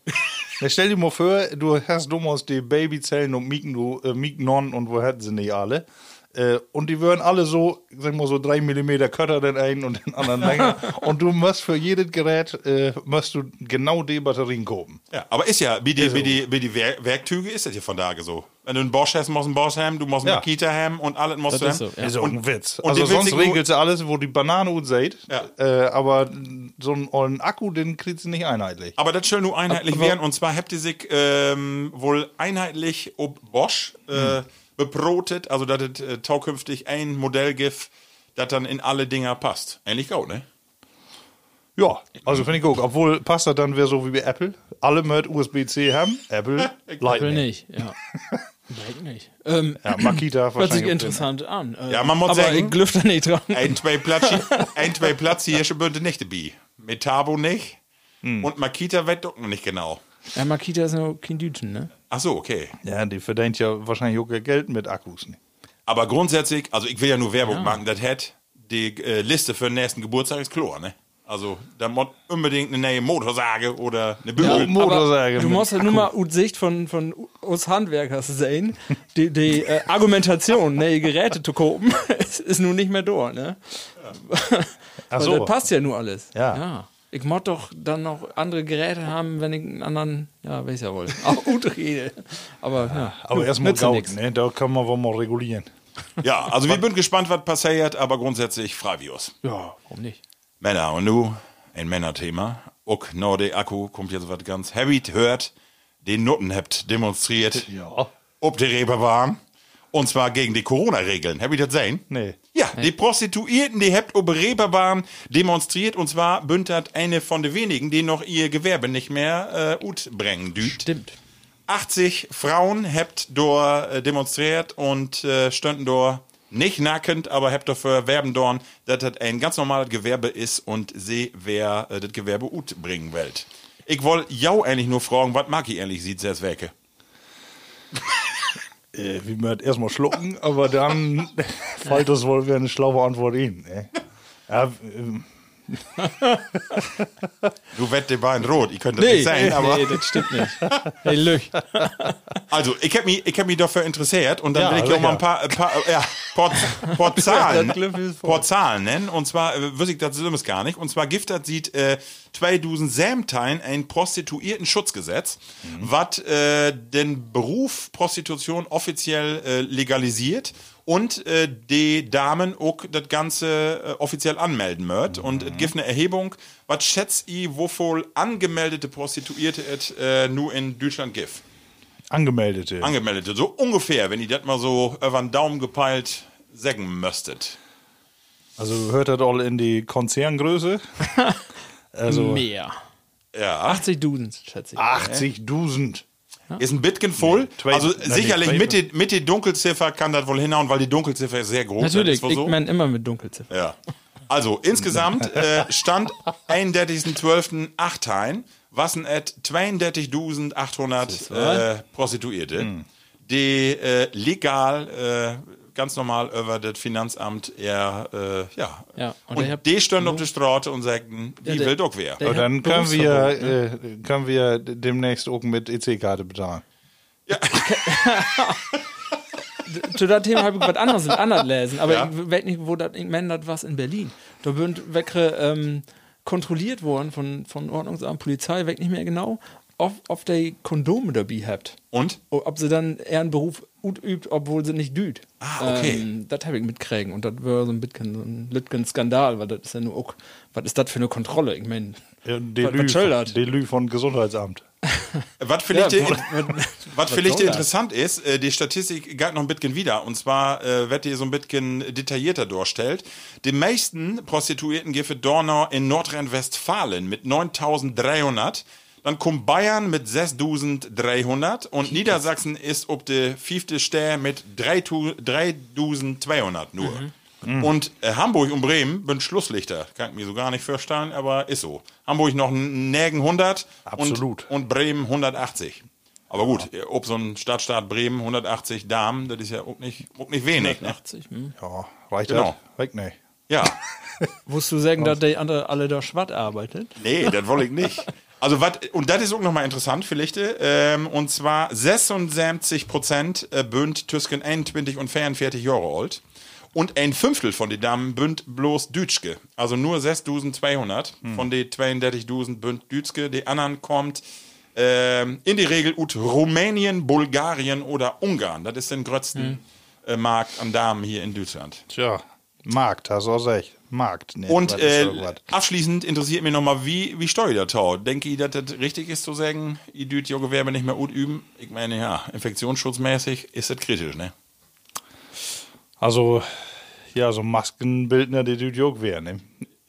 Speaker 3: Na, stell dir mal vor, du hast damals die Babyzellen und Mieken, du, äh, Mieken non und wo hätten sie nicht alle. Äh, und die würden alle so, sagen wir so, drei Millimeter Kötter den einen und den anderen länger. und du musst für jedes Gerät, äh, musst du genau die Batterien kaufen.
Speaker 1: Ja, aber ist ja, wie die, wie die, wie die Wer Werktüge ist das ja von da so. Wenn du einen Bosch hast, musst du einen Bosch haben, du musst einen
Speaker 3: Ja.
Speaker 1: Makita haben und alles musst du haben.
Speaker 5: Das ist so, ja.
Speaker 3: Ist auch ein Witz.
Speaker 1: und
Speaker 3: also
Speaker 1: die
Speaker 3: sonst
Speaker 1: witzig-
Speaker 3: regelt sie alles, wo die Banane und seid.
Speaker 1: Ja.
Speaker 3: Äh, aber so einen ollen Akku, den kriegt sie nicht einheitlich.
Speaker 1: Aber das soll nur einheitlich
Speaker 3: Aber-
Speaker 1: werden und zwar habt ihr sich ähm, wohl einheitlich ob Bosch äh, beprotet, also dass es äh, taukünftig ein Modell gibt, das dann in alle Dinger passt. Ähnlich gut, ne?
Speaker 3: Ja, also finde ich auch. Obwohl passt das dann wäre so wie bei Apple. Alle mit USB-C haben. Apple,
Speaker 5: Will
Speaker 3: Lightning.
Speaker 5: nicht, ja. Bleib nicht. Ähm,
Speaker 3: Ja, Makita
Speaker 5: hört sich
Speaker 3: wahrscheinlich.
Speaker 5: interessant an. Äh,
Speaker 1: Ja, man muss
Speaker 5: aber
Speaker 1: sagen-
Speaker 5: ich glüfte nicht dran.
Speaker 1: Ein, zwei Platz, ein, zwei Platz hier schon bünde nicht dabei. Metabo nicht und Makita weiß doch noch nicht genau.
Speaker 5: Ja, Makita ist noch kein Dütchen, ne?
Speaker 1: Ach so, okay.
Speaker 3: Ja, die verdient ja wahrscheinlich auch kein Geld mit Akkus. ne?
Speaker 1: Aber grundsätzlich, also ich will ja nur Werbung machen, das hätte die äh, Liste für den nächsten Geburtstag ist klar, ne? Also da muss unbedingt eine neue Motorsage oder eine Bügel.
Speaker 3: Ja. Motorsäge
Speaker 5: Aber Du
Speaker 3: mit
Speaker 5: musst halt nur mal aus Sicht von, von aus Handwerkers sehen, die, die äh, Argumentation, ne, Geräte zu kopen, ist, ist nun nicht mehr da, ne?
Speaker 3: Ach
Speaker 5: Weil
Speaker 3: so.
Speaker 5: Das passt ja nur alles.
Speaker 3: Ja.
Speaker 5: Ich muss doch dann noch andere Geräte haben, wenn ich einen anderen, ja, weiß ja wohl, auch gut rede. Aber ja.
Speaker 3: Ah, Aber erstmal
Speaker 5: nützt ja
Speaker 3: Gaut,
Speaker 5: nix.
Speaker 3: ne? da können wir wohl mal regulieren.
Speaker 1: Ja, also wir sind gespannt, was passiert, aber grundsätzlich Fravius.
Speaker 5: Ja, warum nicht?
Speaker 1: Männer und du, ein Männerthema. Uck, Norde Akku kommt jetzt was ganz heavy, hört, den Nutten habt demonstriert,
Speaker 3: Ja.
Speaker 1: ob die Reeperbahn. Und zwar gegen die Corona-Regeln. Habt ihr das sehen?
Speaker 3: Nee.
Speaker 1: Ja, die Prostituierten, die hebt ob Reeperbahn demonstriert und zwar bündert eine von den wenigen, die noch ihr Gewerbe nicht mehr äh, utbringen düht.
Speaker 5: Stimmt.
Speaker 1: 80 Frauen habt dort äh, demonstriert und äh, stünden dort nicht nackend, aber habt dafür werben dorn, dass das ein ganz normales Gewerbe ist und sie wer äh, das Gewerbe ut bringen wollt. Ich woll jau eigentlich nur fragen, was mag ich ehrlich sieht es Werke?
Speaker 3: Äh, wie man hat erstmal schlucken, aber dann fällt das wohl wieder eine schlaue Antwort hin. Ne? Ja, ähm,
Speaker 1: Du wett die Bein rot, ich könnte das
Speaker 5: Nee,
Speaker 1: nicht sein,
Speaker 5: nee,
Speaker 1: aber
Speaker 5: nee, das stimmt nicht. Hey, Lüch.
Speaker 1: also ich hab mich, ich hab mich dafür interessiert und dann
Speaker 3: Ja,
Speaker 1: will ich auch mal ein
Speaker 3: sicher.
Speaker 1: paar, äh, paar, äh, ja, paar, paar Zahlen,
Speaker 3: Das Glück ist voll.
Speaker 1: paar Zahlen nennen und zwar äh, wüsste ich das Schlimmes gar nicht und zwar Giftert sieht äh, 2017 ein Prostituiertenschutzgesetz,
Speaker 3: Mhm.
Speaker 1: was äh, den Beruf Prostitution offiziell äh, legalisiert und äh, die Damen auch das Ganze äh, offiziell anmelden möcht. Und
Speaker 3: Mhm.
Speaker 1: es gibt eine Erhebung, was schätzt ihr, wovon angemeldete Prostituierte et, äh, nur in Deutschland gibt?
Speaker 3: Angemeldete.
Speaker 1: Angemeldete, so ungefähr, wenn ihr das mal so über den Daumen gepeilt sägen müsstet.
Speaker 3: also hört das all in die Konzerngröße? also Ah,
Speaker 5: Mehr.
Speaker 1: Ja.
Speaker 5: 80 Dudens, schätze ich.
Speaker 3: 80.000.
Speaker 1: Ist ein bisschen voll.
Speaker 3: Zwei-
Speaker 1: also
Speaker 3: nein,
Speaker 1: sicherlich
Speaker 3: nee,
Speaker 1: mit,
Speaker 3: zwei-
Speaker 1: die, mit die Dunkelziffer kann das wohl hinhauen, weil die Dunkelziffer ist sehr groß.
Speaker 5: Natürlich,
Speaker 1: das ist
Speaker 5: ich
Speaker 1: wohl so.
Speaker 5: meine immer mit Dunkelziffer.
Speaker 1: ja. Also insgesamt äh, stand 31.12.8 ein, was ein et 32.800 äh, Prostituierte, die äh, legal äh, ganz normal über das Finanzamt eher, äh, ja.
Speaker 5: Ja, und
Speaker 1: und
Speaker 5: ich hab-
Speaker 1: die standen auf der Straße und sagten, wie
Speaker 5: der-
Speaker 1: will doch wer.
Speaker 5: der-
Speaker 3: Aber dann können
Speaker 5: Berufsverbot,
Speaker 3: wir, äh, können wir demnächst auch mit EC-Karte bezahlen.
Speaker 5: Zu dem Thema habe ich was anderes, anders lesen, aber
Speaker 1: Ja.
Speaker 5: ich weiß nicht, wo das, ich meine, das was in Berlin. Da wird wäre ähm, kontrolliert worden von, von Ordnungsamt, Polizei, weg nicht mehr genau, ob, ob der Kondome dabei habt.
Speaker 1: Und?
Speaker 5: O- Ob sie dann eher einen Beruf gut übt, obwohl sie nicht düht.
Speaker 1: Ah, okay.
Speaker 5: Ähm, das habe ich mitkriegen und das war so ein bisschen so ein Lütgen Skandal, weil das ist ja nur auch, was ist das für eine Kontrolle? Ich meine, was soll das?
Speaker 3: Delü von Gesundheitsamt.
Speaker 1: Was vielleicht,
Speaker 5: Ja,
Speaker 1: die- was vielleicht
Speaker 5: soll das?
Speaker 1: interessant ist, äh, die Statistik galt noch ein bisschen wieder. Und zwar äh, wird die so ein bisschen detaillierter darstellt. Die meisten Prostituierten gibt es Dornau in Nordrhein-Westfalen mit 9300. Dann kommt Bayern mit 6300 und Niedersachsen ist ob der fünfte Stelle mit 3200 nur. Und äh, Hamburg und Bremen sind Schlusslichter. Kann ich mir so gar nicht vorstellen, aber ist so. Hamburg noch n- nägen 100
Speaker 3: Absolut.
Speaker 1: und, und Bremen 180. Aber gut, äh, ob so ein Stadtstaat Bremen 180 Damen, das ist ja auch nicht, auch nicht wenig. Ne?
Speaker 5: 80, hm.
Speaker 3: Ja, reicht
Speaker 1: Genau.
Speaker 3: das? Weg nicht.
Speaker 1: Ja,
Speaker 5: Wusst du sagen, dass die andere alle da schwatt arbeitet?
Speaker 1: nee, das wollte ich nicht. Also was, und das ist auch nochmal interessant vielleicht, ähm, und zwar 76 Prozent äh, bünd Tüsken 21 und 44 Jahre alt. Und ein Fünftel von den Damen bünd bloß Dütschke. Also nur 6200 von den 32.000 bünd Dütschke. Die anderen kommt ähm, in die Regel ut Rumänien, Bulgarien oder Ungarn. Das ist den größten äh, Markt an Damen hier in Deutschland.
Speaker 3: Tja, Markt, hast du auch recht. Markt. Nee,
Speaker 1: Und
Speaker 3: das ist
Speaker 1: äh,
Speaker 3: doch was.
Speaker 1: abschließend interessiert mich nochmal, wie, wie steuert ihr Tau? Denke ich, dass das richtig ist zu sagen, ihr dürft ihr Gewerbe nicht mehr gut üben? Ich meine, ja, infektionsschutzmäßig ist das kritisch, ne?
Speaker 3: also, ja, so Maskenbildner, die du auch wären. Ne?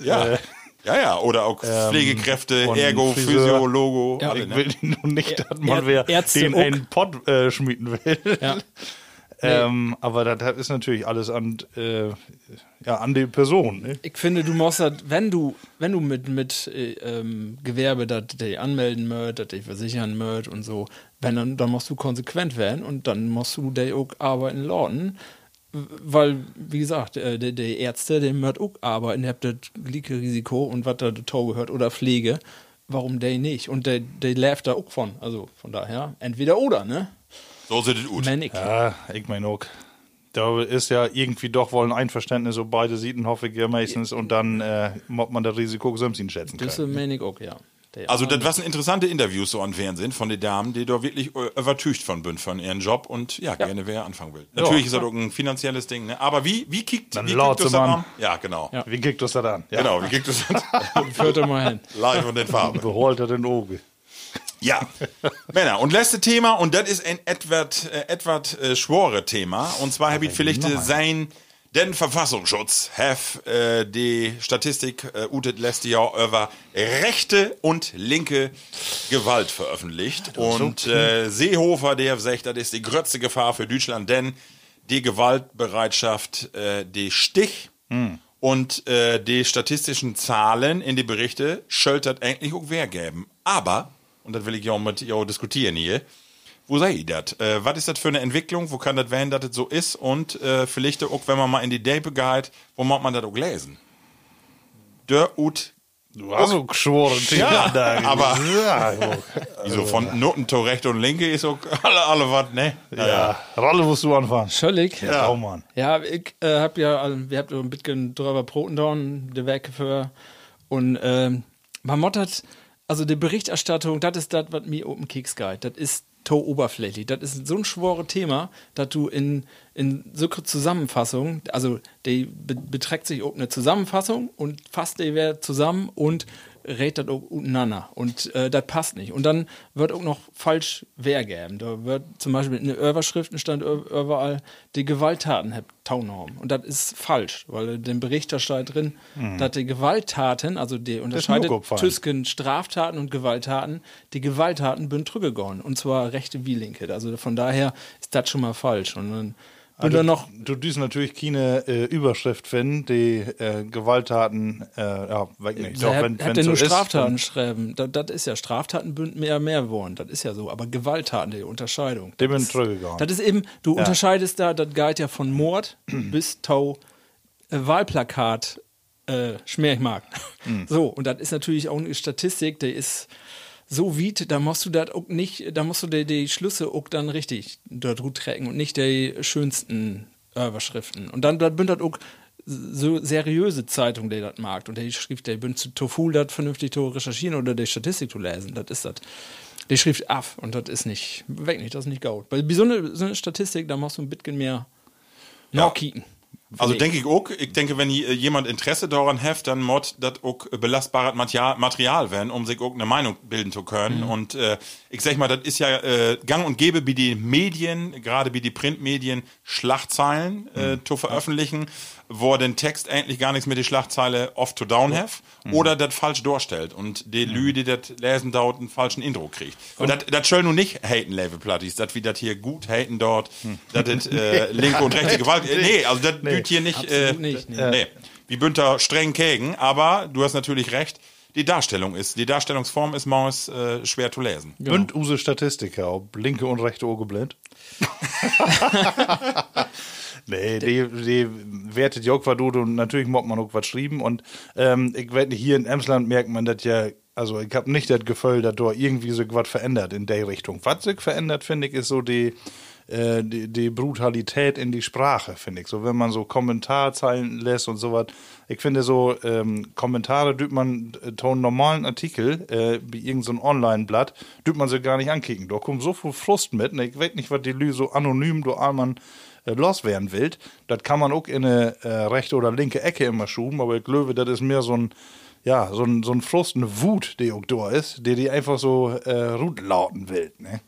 Speaker 1: Ja.
Speaker 3: Äh, ähm,
Speaker 1: ja, ja, oder auch Pflegekräfte,
Speaker 3: und
Speaker 1: Ergo,
Speaker 3: Friseur.
Speaker 1: Physio, Logo.
Speaker 5: Ja,
Speaker 1: alle,
Speaker 3: ich
Speaker 1: ne?
Speaker 3: will nur nicht, dass man
Speaker 5: Ä-
Speaker 3: wer
Speaker 5: Ärzte
Speaker 3: den
Speaker 5: auch.
Speaker 3: einen Pott äh, schmieden will.
Speaker 5: Ja.
Speaker 3: Ähm, aber das hat- ist natürlich alles an, äh, ja, an die Person. Ne?
Speaker 5: Ich finde, du musst das, wenn du, wenn du mit, mit äh, ähm, Gewerbe das dich anmelden möcht, das dich versichern möcht und so, wenn dann, dann musst du konsequent werden und dann musst du der auch arbeiten lauten. Weil, wie gesagt, äh, die, die Ärzte, die möcht auch arbeiten, habt das gleiche Risiko und was da dazu gehört oder Pflege, warum der nicht? Und der, der läuft da auch von. Also von daher, entweder oder, ne?
Speaker 1: So sieht es gut.
Speaker 5: Manic.
Speaker 3: Ja, Ah, ich meine auch. Da ist ja irgendwie doch wohl ein Einverständnis, so beide Seiten, hoffe ich ja meistens. Und dann äh, muss man das Risiko selbst schätzen
Speaker 5: Das ist
Speaker 3: können.
Speaker 5: Manic auch, ja. Der
Speaker 1: Also, das waren interessante Interviews so an Fernsehen von den Damen, die da wirklich äh, übertücht von bünd von ihren Job und ja, gerne wer anfangen will. Natürlich ist das auch ein finanzielles Ding, ne? Aber wie, wie kickt,
Speaker 3: Dann
Speaker 1: wie
Speaker 3: laut
Speaker 1: kickt das
Speaker 3: zum
Speaker 1: dann
Speaker 3: Mann.
Speaker 1: an? Ja, genau.
Speaker 5: Ja.
Speaker 3: Wie kriegt das da dann? Ja.
Speaker 1: Genau, wie kickt das an?
Speaker 5: Führt er mal hin.
Speaker 1: Live und in Farbe.
Speaker 3: Beholt er den Auge.
Speaker 1: Ja, Männer. Und letzte Thema, und das ist ein Edward, äh, Edward äh, Schwore Thema. Und zwar habe ich vielleicht äh, sein Denn Verfassungsschutz have äh, die Statistik äh, Ute letzte Jahr über rechte und linke Gewalt veröffentlicht. Und äh, Seehofer, der sagt, das ist die größte Gefahr für Deutschland, denn die Gewaltbereitschaft, äh, die Stich und äh, die statistischen Zahlen in die Berichte schöltert eigentlich auch wer geben. Aber, und das will ich ja auch mit ihr diskutieren hier, wo sei ich das? Äh, was ist das für eine Entwicklung? Wo kann das werden, dass das so ist? Und äh, vielleicht auch, wenn man mal in die Depe geht, wo mag man das auch lesen? Der Ut,
Speaker 3: Du hast so geschworen,
Speaker 1: Ja,
Speaker 3: da-
Speaker 1: aber-
Speaker 3: Ja,
Speaker 1: also von Noten to rechte und linke ist auch alle, alle was, ne?
Speaker 3: ja. Ralle musst du anfangen.
Speaker 5: Schöllig.
Speaker 3: Ja, oh Mann.
Speaker 5: Ja, ich äh, hab ja, äh, wir habt ein bisschen drüber Protendorn, die Werke für und ähm, man mottert, also die Berichterstattung, das ist das, was mir Open Keks geht. Das ist to oberflächlich. Das ist so ein schwore Thema, dass du in, in so kurze Zusammenfassung, also die be beträgt sich auch eine Zusammenfassung und fasst die wer zusammen und rät das auch untereinander. Und äh, das passt nicht. Und dann wird auch noch falsch wehrgeben. Da wird zum Beispiel in den Überschriften stand ü- überall, die Gewalttaten hat Taunorm. Und das ist falsch, weil in dem Bericht da steht drin, dass die Gewalttaten, also die unterscheidet
Speaker 3: nur gefallen.
Speaker 5: Tüsken Straftaten und Gewalttaten, die Gewalttaten bünd drückegorn. Und zwar rechte wie linke. Also von daher ist das schon mal falsch. Und dann bin da noch
Speaker 3: Du düst natürlich keine äh, Überschrift finden, die äh, Gewalttaten, äh, ja, weg nicht.
Speaker 5: Ja, hab- habt ihr nur
Speaker 3: ist,
Speaker 5: Straftaten schreiben. Das, das ist ja Straftatenbünd mehr mehr worden. Das ist ja so. Aber Gewalttaten, die Unterscheidung.
Speaker 3: Dem bin
Speaker 5: das,
Speaker 3: zurückgegangen.
Speaker 5: das ist eben, du unterscheidest da, das geht ja von Mord bis Tau äh, Wahlplakat äh, Schmierchmarkt. So, und das ist natürlich auch eine Statistik, die ist so weit, da musst du das auch nicht, da musst du die, die Schlüsse auch dann richtig dort gut trecken und nicht die schönsten äh, Überschriften. Und dann dat bünd das auch so seriöse Zeitung, die das mag. Und die schrieb, der bin zu Toful, das vernünftig zu recherchieren oder die Statistik zu lesen. Das ist das. Die schrieb af und das ist nicht, weg nicht, das ist nicht gaut. Weil bei so einer so eine Statistik, da machst du ein bisschen mehr
Speaker 1: Ja.
Speaker 5: nachkicken.
Speaker 1: Also denke ich auch, ich denke, wenn je- jemand Interesse daran heft, dann mod das auch belastbares Material, Material werden, um sich auch eine Meinung bilden zu können. Und äh, ich sag mal, das ist ja äh, gang und gäbe, wie die Medien, gerade wie die Printmedien, Schlagzeilen äh, zu veröffentlichen, wo er den Text eigentlich gar nichts mit der Schlagzeile off to down have oder das falsch darstellt und die Lü, die das lesen dauert, einen falschen Eindruck kriegt. Und das soll nun nicht haten, Level Platties, das wie das hier gut haten dort, das ist äh, linke und rechte Gewalt. Äh, nee, also das nee. hier nicht. Äh,
Speaker 5: Absolut nicht, nee.
Speaker 1: nee. Wie Bünter streng gegen, aber du hast natürlich recht. Die Darstellung ist, die Darstellungsform ist Maus äh, schwer zu lesen.
Speaker 3: Und use Statistiker, ob linke und rechte Ohr geblendet. nee, die, die wertet Jörg Vadut und natürlich mag man auch was schreiben. Und ähm, ich werde hier in Emsland merkt man das ja, also ich habe nicht das Gefühl, dass da irgendwie so was verändert in der Richtung. Was sich verändert, finde ich, ist so die, äh, die, die Brutalität in die Sprache, finde ich. So, wenn man so Kommentarzeilen lässt und sowas. Ich finde so, ähm, Kommentare tut man, äh, to einen normalen Artikel, äh, wie irgendein so ein Online-Blatt, tut man sie gar nicht ankicken. Da kommt so viel Frust mit. Ne? Ich weiß nicht, was die Lü so anonym, du Allmann, äh, loswerden will. Das kann man auch in eine äh, rechte oder linke Ecke immer schuben, aber ich glaube, das ist mehr so ein, ja, so ein, so ein Frust, eine Wut, die auch da ist, die die einfach so äh, rutlauten will. Ne?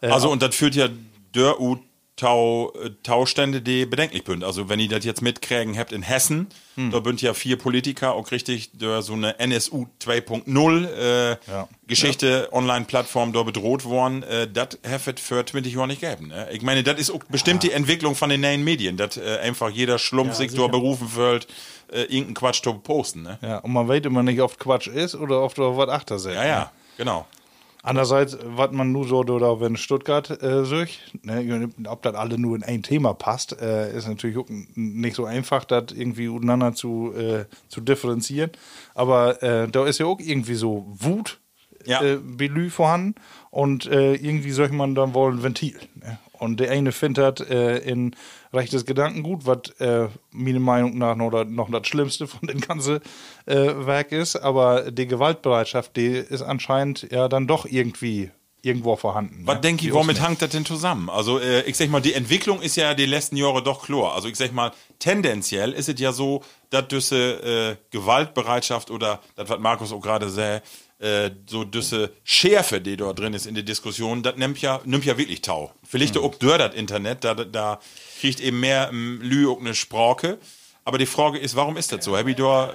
Speaker 1: also, und das führt ja der U Tau, äh, Taustände, die bedenklich bünd. Also, wenn ihr das jetzt mitkriegen habt in Hessen, da bünd ja vier Politiker auch richtig der so ne eine NSU 2.0 äh,
Speaker 3: Ja.
Speaker 1: Geschichte, Online-Plattform da bedroht worden. Äh, das heftet für 20 Jahre nicht geben. Ne? Ich meine, das ist auch bestimmt die Entwicklung von den neuen Medien, dass äh, einfach jeder Schlumpfsektor berufen wird, äh, irgendeinen Quatsch zu posten. Ne?
Speaker 3: Ja, und man weiß immer nicht, ob Quatsch ist oder ob da was achter sind. ne?
Speaker 1: Ja, ja, genau.
Speaker 3: Andererseits, was man nur so oder wenn Stuttgart äh, sucht, ne, ob das alle nur in ein Thema passt, äh, ist natürlich auch n- nicht so einfach, das irgendwie untereinander zu, äh, zu differenzieren. Aber äh, da ist ja auch irgendwie so Wut,
Speaker 1: Ja.
Speaker 3: äh, Belü vorhanden und äh, irgendwie soll man dann wohl ein Ventil. Ne? Und der eine findet äh, in rechtes Gedankengut, was äh, meiner Meinung nach noch, das- noch das Schlimmste von dem ganzen äh, Werk ist, aber die Gewaltbereitschaft, die ist anscheinend ja dann doch irgendwie irgendwo vorhanden.
Speaker 1: Was
Speaker 3: ne?
Speaker 1: denke ich,
Speaker 3: Die
Speaker 1: womit
Speaker 3: Ausnahme.
Speaker 1: hängt das denn zusammen? Also äh, ich sag mal, die Entwicklung ist ja die letzten Jahre doch klar. Also ich sag mal, tendenziell ist es ja so, dass diese äh, Gewaltbereitschaft oder das, was Markus auch gerade sähe, äh, so diese Schärfe, die da drin ist in der Diskussion, das nimmt ja, nimmt ja wirklich Tau. Vielleicht auch durch das Internet, da, da kriegt eben mehr ähm, Lü auch eine Sprache. Aber die Frage ist, warum ist das so? Hab ich da äh,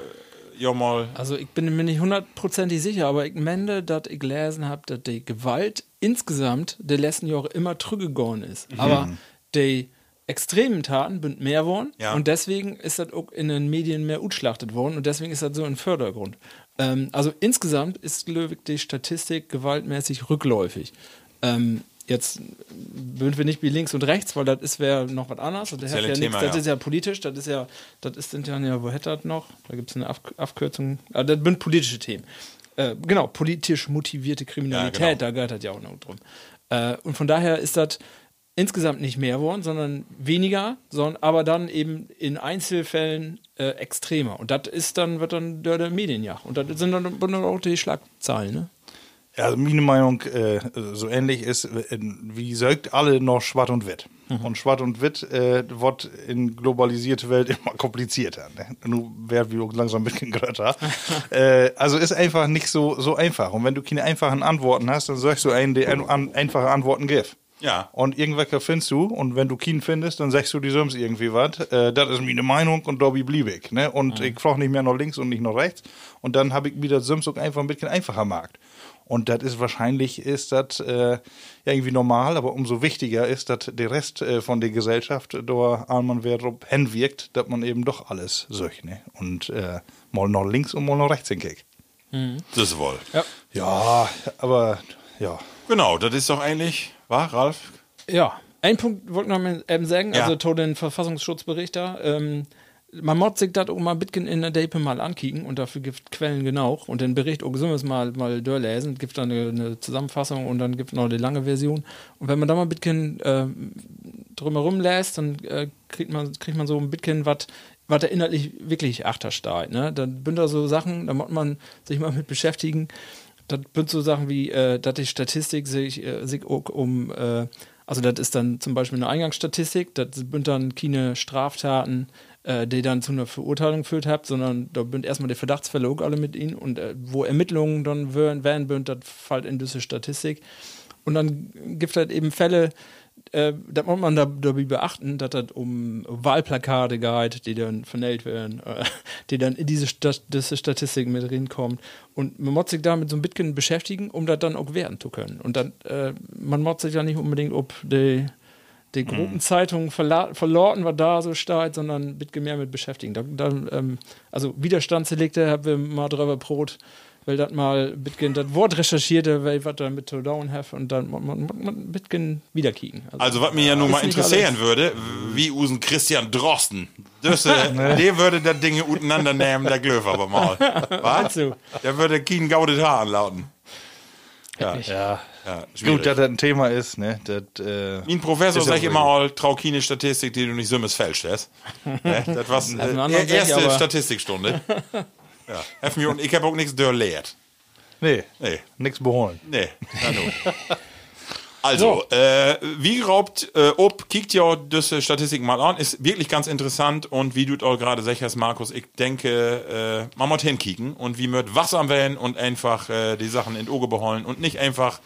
Speaker 1: ja mal.
Speaker 5: Also ich bin mir nicht hundertprozentig sicher, aber ich meine, dass ich gelesen habe, dass die Gewalt insgesamt der letzten Jahre immer zurückgegangen ist.
Speaker 1: Mhm.
Speaker 5: Aber die extremen Taten sind mehr worden
Speaker 1: Ja.
Speaker 5: und deswegen ist das auch in den Medien mehr utschlachtet worden und deswegen ist das so im Fördergrund. Ähm, also insgesamt ist Löwig die Statistik gewaltmäßig rückläufig. Ähm, jetzt sind wir nicht wie links und rechts, weil das ist wäre noch was anderes. Das, hat ja
Speaker 1: Spezielles
Speaker 5: nichts,
Speaker 1: Thema,
Speaker 5: das
Speaker 1: ja.
Speaker 5: ist ja politisch, das ist ja, das ist sind ja, ja wo hätte das noch? Da gibt es eine Ab Abkürzung. Ah, das sind politische Themen. Äh, genau, politisch motivierte Kriminalität,
Speaker 1: Ja, genau.
Speaker 5: da gehört das ja auch noch drum. Äh, und von daher ist das insgesamt nicht mehr worden, sondern weniger, sondern, aber dann eben in Einzelfällen äh, extremer. Und das ist dann, wird dann der, der Medienjagd. Und das sind dann, sind dann auch die Schlagzeilen, ne?
Speaker 3: Ja, Also meine Meinung äh, so ähnlich ist, äh, wie sagt alle noch Schwatt und Witt. Und Schwatt und Witt äh, wird in globalisierte Welt immer komplizierter. Ne? Nur wer wir auch langsam mitgehört hat. äh, also ist einfach nicht so, so einfach. Und wenn du keine einfachen Antworten hast, dann sagst du einen, der ein, an, einfache Antworten gibt.
Speaker 1: Ja.
Speaker 3: Und irgendwelche findest du. Und wenn du keinen findest, dann sagst du die Sims irgendwie was. Äh, das ist meine Meinung und Dobby blieb ich. Ne? Und ich frage nicht mehr nach links und nicht nach rechts. Und dann habe ich mir das Sims auch einfach ein bisschen einfacher gemacht. Und das ist wahrscheinlich, ist das äh, ja, irgendwie normal, aber umso wichtiger ist, dass der Rest äh, von der Gesellschaft, äh, da Alman Wertrup hinwirkt, dass man eben doch alles söch, ne? Und äh, mal nach links und mal nach rechts hinkickt.
Speaker 1: Das ist wohl.
Speaker 3: Ja, aber ja.
Speaker 1: Genau, das ist doch eigentlich, war Ralf?
Speaker 5: Ja, ein Punkt wollte ich noch eben sagen,
Speaker 1: Ja.
Speaker 5: also to den Verfassungsschutzbericht da, ähm, man mod sich das auch mal Bitcoin in der Dape mal ankicken und dafür gibt Quellen genau und den Bericht auch so mal mal durchlesen, gibt dann eine, eine Zusammenfassung und dann gibt noch die lange Version und wenn man da mal Bitcoin äh, drumherum lässt, dann äh, kriegt man kriegt man so ein Bitcoin was was da inhaltlich wirklich achtersteigt, ne? Dann sind da so Sachen, da muss man sich mal mit beschäftigen. Das sind so Sachen wie, äh, dass die Statistik sich, äh, sich auch um, äh, also das ist dann zum Beispiel eine Eingangsstatistik, das sind dann keine Straftaten, äh, die dann zu einer Verurteilung führt habt, sondern da sind erstmal die Verdachtsfälle auch alle mit ihnen und äh, wo Ermittlungen dann werden, werden bünd, das fällt in diese Statistik. Und dann gibt es halt eben Fälle, äh, da muss man da, dabei beachten, dass das um Wahlplakate geht, die dann vernellt werden, äh, die dann in diese, Stat diese Statistik mit reinkommen. Und man muss sich damit so ein bisschen beschäftigen, um das dann auch werten zu können. Und dann, äh, man muss sich ja nicht unbedingt, ob die, die
Speaker 1: Mhm.
Speaker 5: Gruppenzeitungen verla- verlorten, was da so steht, sondern ein bisschen mehr mit beschäftigen. Da, da, ähm, also Widerstandsdelikte haben wir mal drüber brot weil das mal ein bisschen das Wort recherchierte, weil ich was da mit to down have und dann man, man, man ein bisschen wiederkicken.
Speaker 1: Also, was mich ja nun
Speaker 5: ist
Speaker 1: mal
Speaker 5: nicht
Speaker 1: interessieren
Speaker 5: alles.
Speaker 1: würde, wie usen Christian Drosten. Düsse, der würde das Ding untereinander der Glöf aber mal. Was?
Speaker 5: so.
Speaker 1: Der würde keinen gaudet Haar anlauten. Ja,
Speaker 3: Ja.
Speaker 1: ja. schwierig.
Speaker 3: Gut, dass das ein Thema ist, ne? Das, äh,
Speaker 1: Mein Professor
Speaker 3: Ist ja
Speaker 1: sagt
Speaker 3: so
Speaker 1: immer all traukine Statistik, die du nicht so missfälscht hast. ne? Das war
Speaker 5: einen
Speaker 1: äh,
Speaker 5: anderen
Speaker 1: die erste
Speaker 5: Weg, aber-
Speaker 1: Statistikstunde. ja. Hef mir und ich habe auch nichts durchlehrt.
Speaker 3: nee,
Speaker 1: Nee.
Speaker 3: nix beholen.
Speaker 1: Nee, na nun. Also, äh, wie geraubt, äh, ob, kickt ja diese äh, Statistik mal an, ist wirklich ganz interessant und wie du es auch gerade sagst, Markus, ich denke, äh, man muss hinkicken und wie wird wachsam werden und einfach äh, die Sachen in Oge beholen und nicht einfach,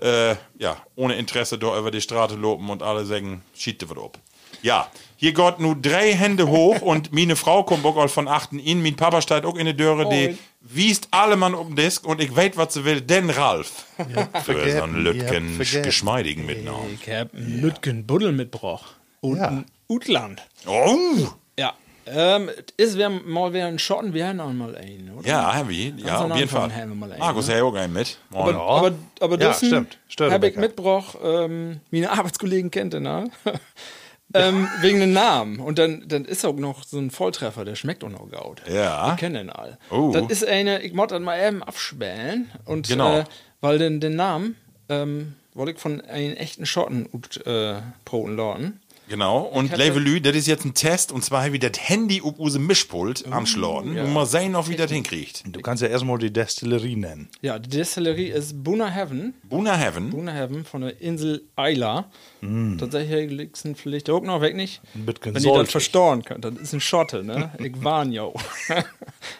Speaker 1: äh, ja, ohne Interesse da über die Straße lopen und alle sagen, schiet dir was ob. Ja, hier Gott nur drei Hände hoch und meine Frau kommt auch all von achten in, mein Papa steht auch in der Dörre, die wiest alle Mann um den Disk und ich weiß, was sie will, denn Ralf. Für so einen
Speaker 3: vergessen, ihr
Speaker 1: Lütgen
Speaker 3: habt vergessen.
Speaker 1: geschmeidigen ne? mitgenommen.
Speaker 5: Ich hab einen Lütgen Buddel mitgebracht. Und
Speaker 3: Ja.
Speaker 5: ein Utland.
Speaker 1: Oh!
Speaker 5: Ja. Ähm, ist wir mal wieder ein Schotten, wir haben noch mal einen, oder?
Speaker 1: Ja, Heavy, ja,
Speaker 5: am
Speaker 1: auf jeden
Speaker 5: Anfang
Speaker 1: Fall.
Speaker 5: haben wir mal einen,
Speaker 1: Markus,
Speaker 5: ne?
Speaker 1: Herr Jogein mit. Moin.
Speaker 5: Aber, aber, aber
Speaker 3: Ja,
Speaker 5: dessen
Speaker 3: stimmt.
Speaker 5: Habe ich
Speaker 3: Störtebeker.
Speaker 5: mitgebracht, ähm, meine Arbeitskollegen kennt den ne? ähm, wegen dem Namen. Und dann, dann ist auch noch so ein Volltreffer, der schmeckt auch noch gaut.
Speaker 1: Ja.
Speaker 5: Ich kenne den all.
Speaker 1: Oh.
Speaker 5: Das ist eine, ich mod das mal eben abspähen. Und,
Speaker 1: Genau.
Speaker 5: äh, weil den, den Namen ähm, wollte ich von einem echten Schotten ut, äh, proten lorten.
Speaker 1: Genau, und Levelü, das ist jetzt ein Test, und zwar wie das Handy ob use Mischpult
Speaker 5: Oh,
Speaker 1: anschlagen und mal sehen, ob wie das hinkriegt.
Speaker 3: Du kannst ja erstmal die Destillerie nennen.
Speaker 5: Ja, die Destillerie ist Buna Heaven.
Speaker 1: Buna Heaven,
Speaker 5: Buna Heaven von der Insel Isla.
Speaker 1: Mm.
Speaker 5: Tatsächlich liegt es vielleicht auch noch weg nicht.
Speaker 3: Bitcoin
Speaker 5: Wenn ihr das
Speaker 3: sollte.
Speaker 5: verstauen könnt, dann ist ein Schotte, ne? Ich warn jo.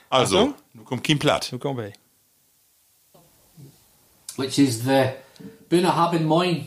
Speaker 1: also,
Speaker 5: Achtung.
Speaker 1: du kommst kein Platt.
Speaker 5: Du komm bei.
Speaker 7: which is the Buna Haben Moin.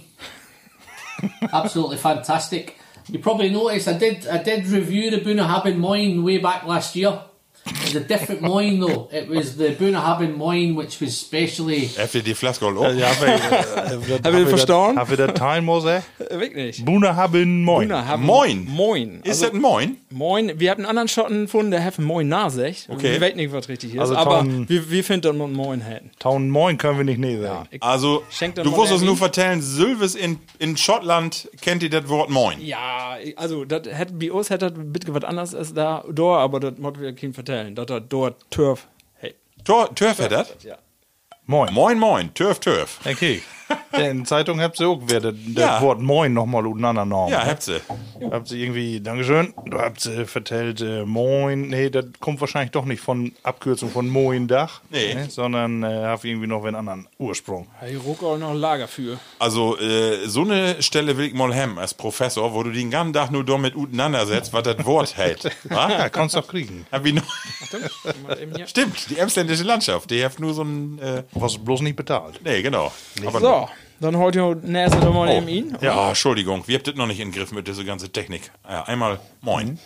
Speaker 7: Absolutely fantastic. You probably noticed I did I did review the Buna Haben Moin way back last year. It was a different Moin though. It was the Buna Haben Moin which was specially
Speaker 1: Efter die Flaske holt oh.
Speaker 3: Ja, haben wir, haben wir
Speaker 5: verstanden?
Speaker 3: Haben wir das Time, Mose?
Speaker 5: Äh, Wirklich.
Speaker 3: Buna haben moin.
Speaker 5: Buna haben-
Speaker 1: Moin.
Speaker 5: Moin.
Speaker 1: Ist
Speaker 5: Also,
Speaker 1: das ein Moin?
Speaker 5: Moin. Wir hatten einen anderen Schotten gefunden, der hat Moin Nasicht.
Speaker 1: Okay.
Speaker 5: Ich weiß nicht, was richtig ist,
Speaker 3: Also
Speaker 5: aber
Speaker 3: Tom-
Speaker 5: wir, wir finden einen Moin hätten.
Speaker 3: Town moin können wir nicht nee sagen.
Speaker 1: Also,
Speaker 5: Schenkt
Speaker 1: du
Speaker 5: doch mal
Speaker 1: musst uns
Speaker 5: Berlin.
Speaker 1: nur vertellen, Sylvis in, in Schottland kennt ihr das Wort Moin.
Speaker 5: Ja, also das hätte bei uns hätte das bitte was anderes als da dort, aber das mag wir keinem vertellen. Das hat dort Turf. Hey.
Speaker 1: Tor, Turf hat das?
Speaker 5: Ja.
Speaker 3: Moin.
Speaker 1: Moin, moin, Turf, Turf.
Speaker 3: Okay. In Zeitung habt ihr auch wer das das
Speaker 1: Ja.
Speaker 3: Wort moin nochmal untereinander genommen.
Speaker 1: Ja, habt sie.
Speaker 3: Habt ihr irgendwie, Dankeschön, du habt ihr vertellt, äh, moin, nee, das kommt wahrscheinlich doch nicht von Abkürzung von moin Dach,
Speaker 1: Nee.
Speaker 3: ne, sondern äh, hat irgendwie noch einen anderen Ursprung.
Speaker 5: Hey, ruck auch noch ein Lager für.
Speaker 1: Also, äh, so eine Stelle will ich mal haben als Professor, wo du den ganzen Tag nur damit auseinandersetzt, was das Wort hält.
Speaker 3: Ah, Ja,
Speaker 1: Wa?
Speaker 3: kannst doch kriegen.
Speaker 1: Hab ich noch-
Speaker 5: Mal eben hier.
Speaker 1: Stimmt, die emsländische Landschaft, die hat nur so ein. Äh,
Speaker 3: Was bloß nicht bezahlt.
Speaker 1: nee, genau. Aber
Speaker 5: So, dann heute nächste doch mal
Speaker 1: Oh.
Speaker 5: eben ihn.
Speaker 1: Ja, Ah, Entschuldigung, wir habt das noch nicht in den Griff mit dieser ganzen Technik. Ja, einmal moin.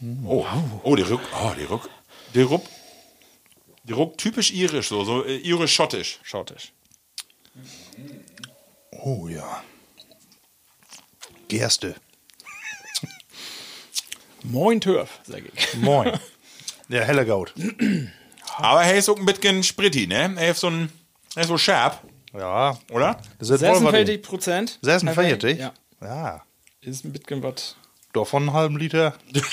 Speaker 5: Mhm.
Speaker 1: Oh, oh, die Ruck, oh, die Ruck, die Ruck, die Ruck typisch irisch, so, so äh, irisch-schottisch.
Speaker 5: Schottisch.
Speaker 3: Oh ja. Gerste.
Speaker 5: Moin Turf, sag ich.
Speaker 3: Moin. Der Hellegaut.
Speaker 1: Aber er ist auch ein bisschen spritti, ne? Er ist so ein, er ist so sharp,
Speaker 3: Ja.
Speaker 1: oder?
Speaker 3: Das ist wohl was drin.
Speaker 5: 46 Prozent.
Speaker 3: 46?
Speaker 5: Ja.
Speaker 3: Ja.
Speaker 5: Ist ein bisschen was.
Speaker 3: Doch von einem halben Liter.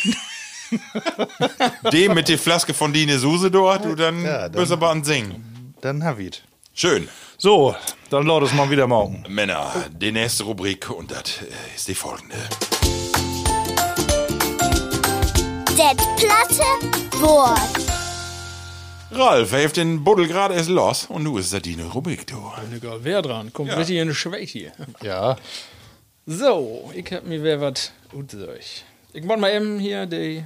Speaker 1: Dem mit der Flaske von Dine Suse dort, du dann,
Speaker 3: Ja, dann-
Speaker 1: bist aber an Singen.
Speaker 3: Dann hab ich's.
Speaker 1: Schön,
Speaker 3: So, dann lautet es mal um. wieder morgen.
Speaker 1: Männer, die nächste Rubrik und das äh, ist die folgende.
Speaker 6: Det platte Wort.
Speaker 1: Ralf, hilft den Buddel gerade erst los und du ist das die Rubrik, du.
Speaker 5: Egal, wer dran? Kommt
Speaker 1: Ja.
Speaker 5: richtig in die Schwäche hier.
Speaker 3: Ja.
Speaker 5: So, ich hab mir wer was gut durch. Ich mach mal eben hier die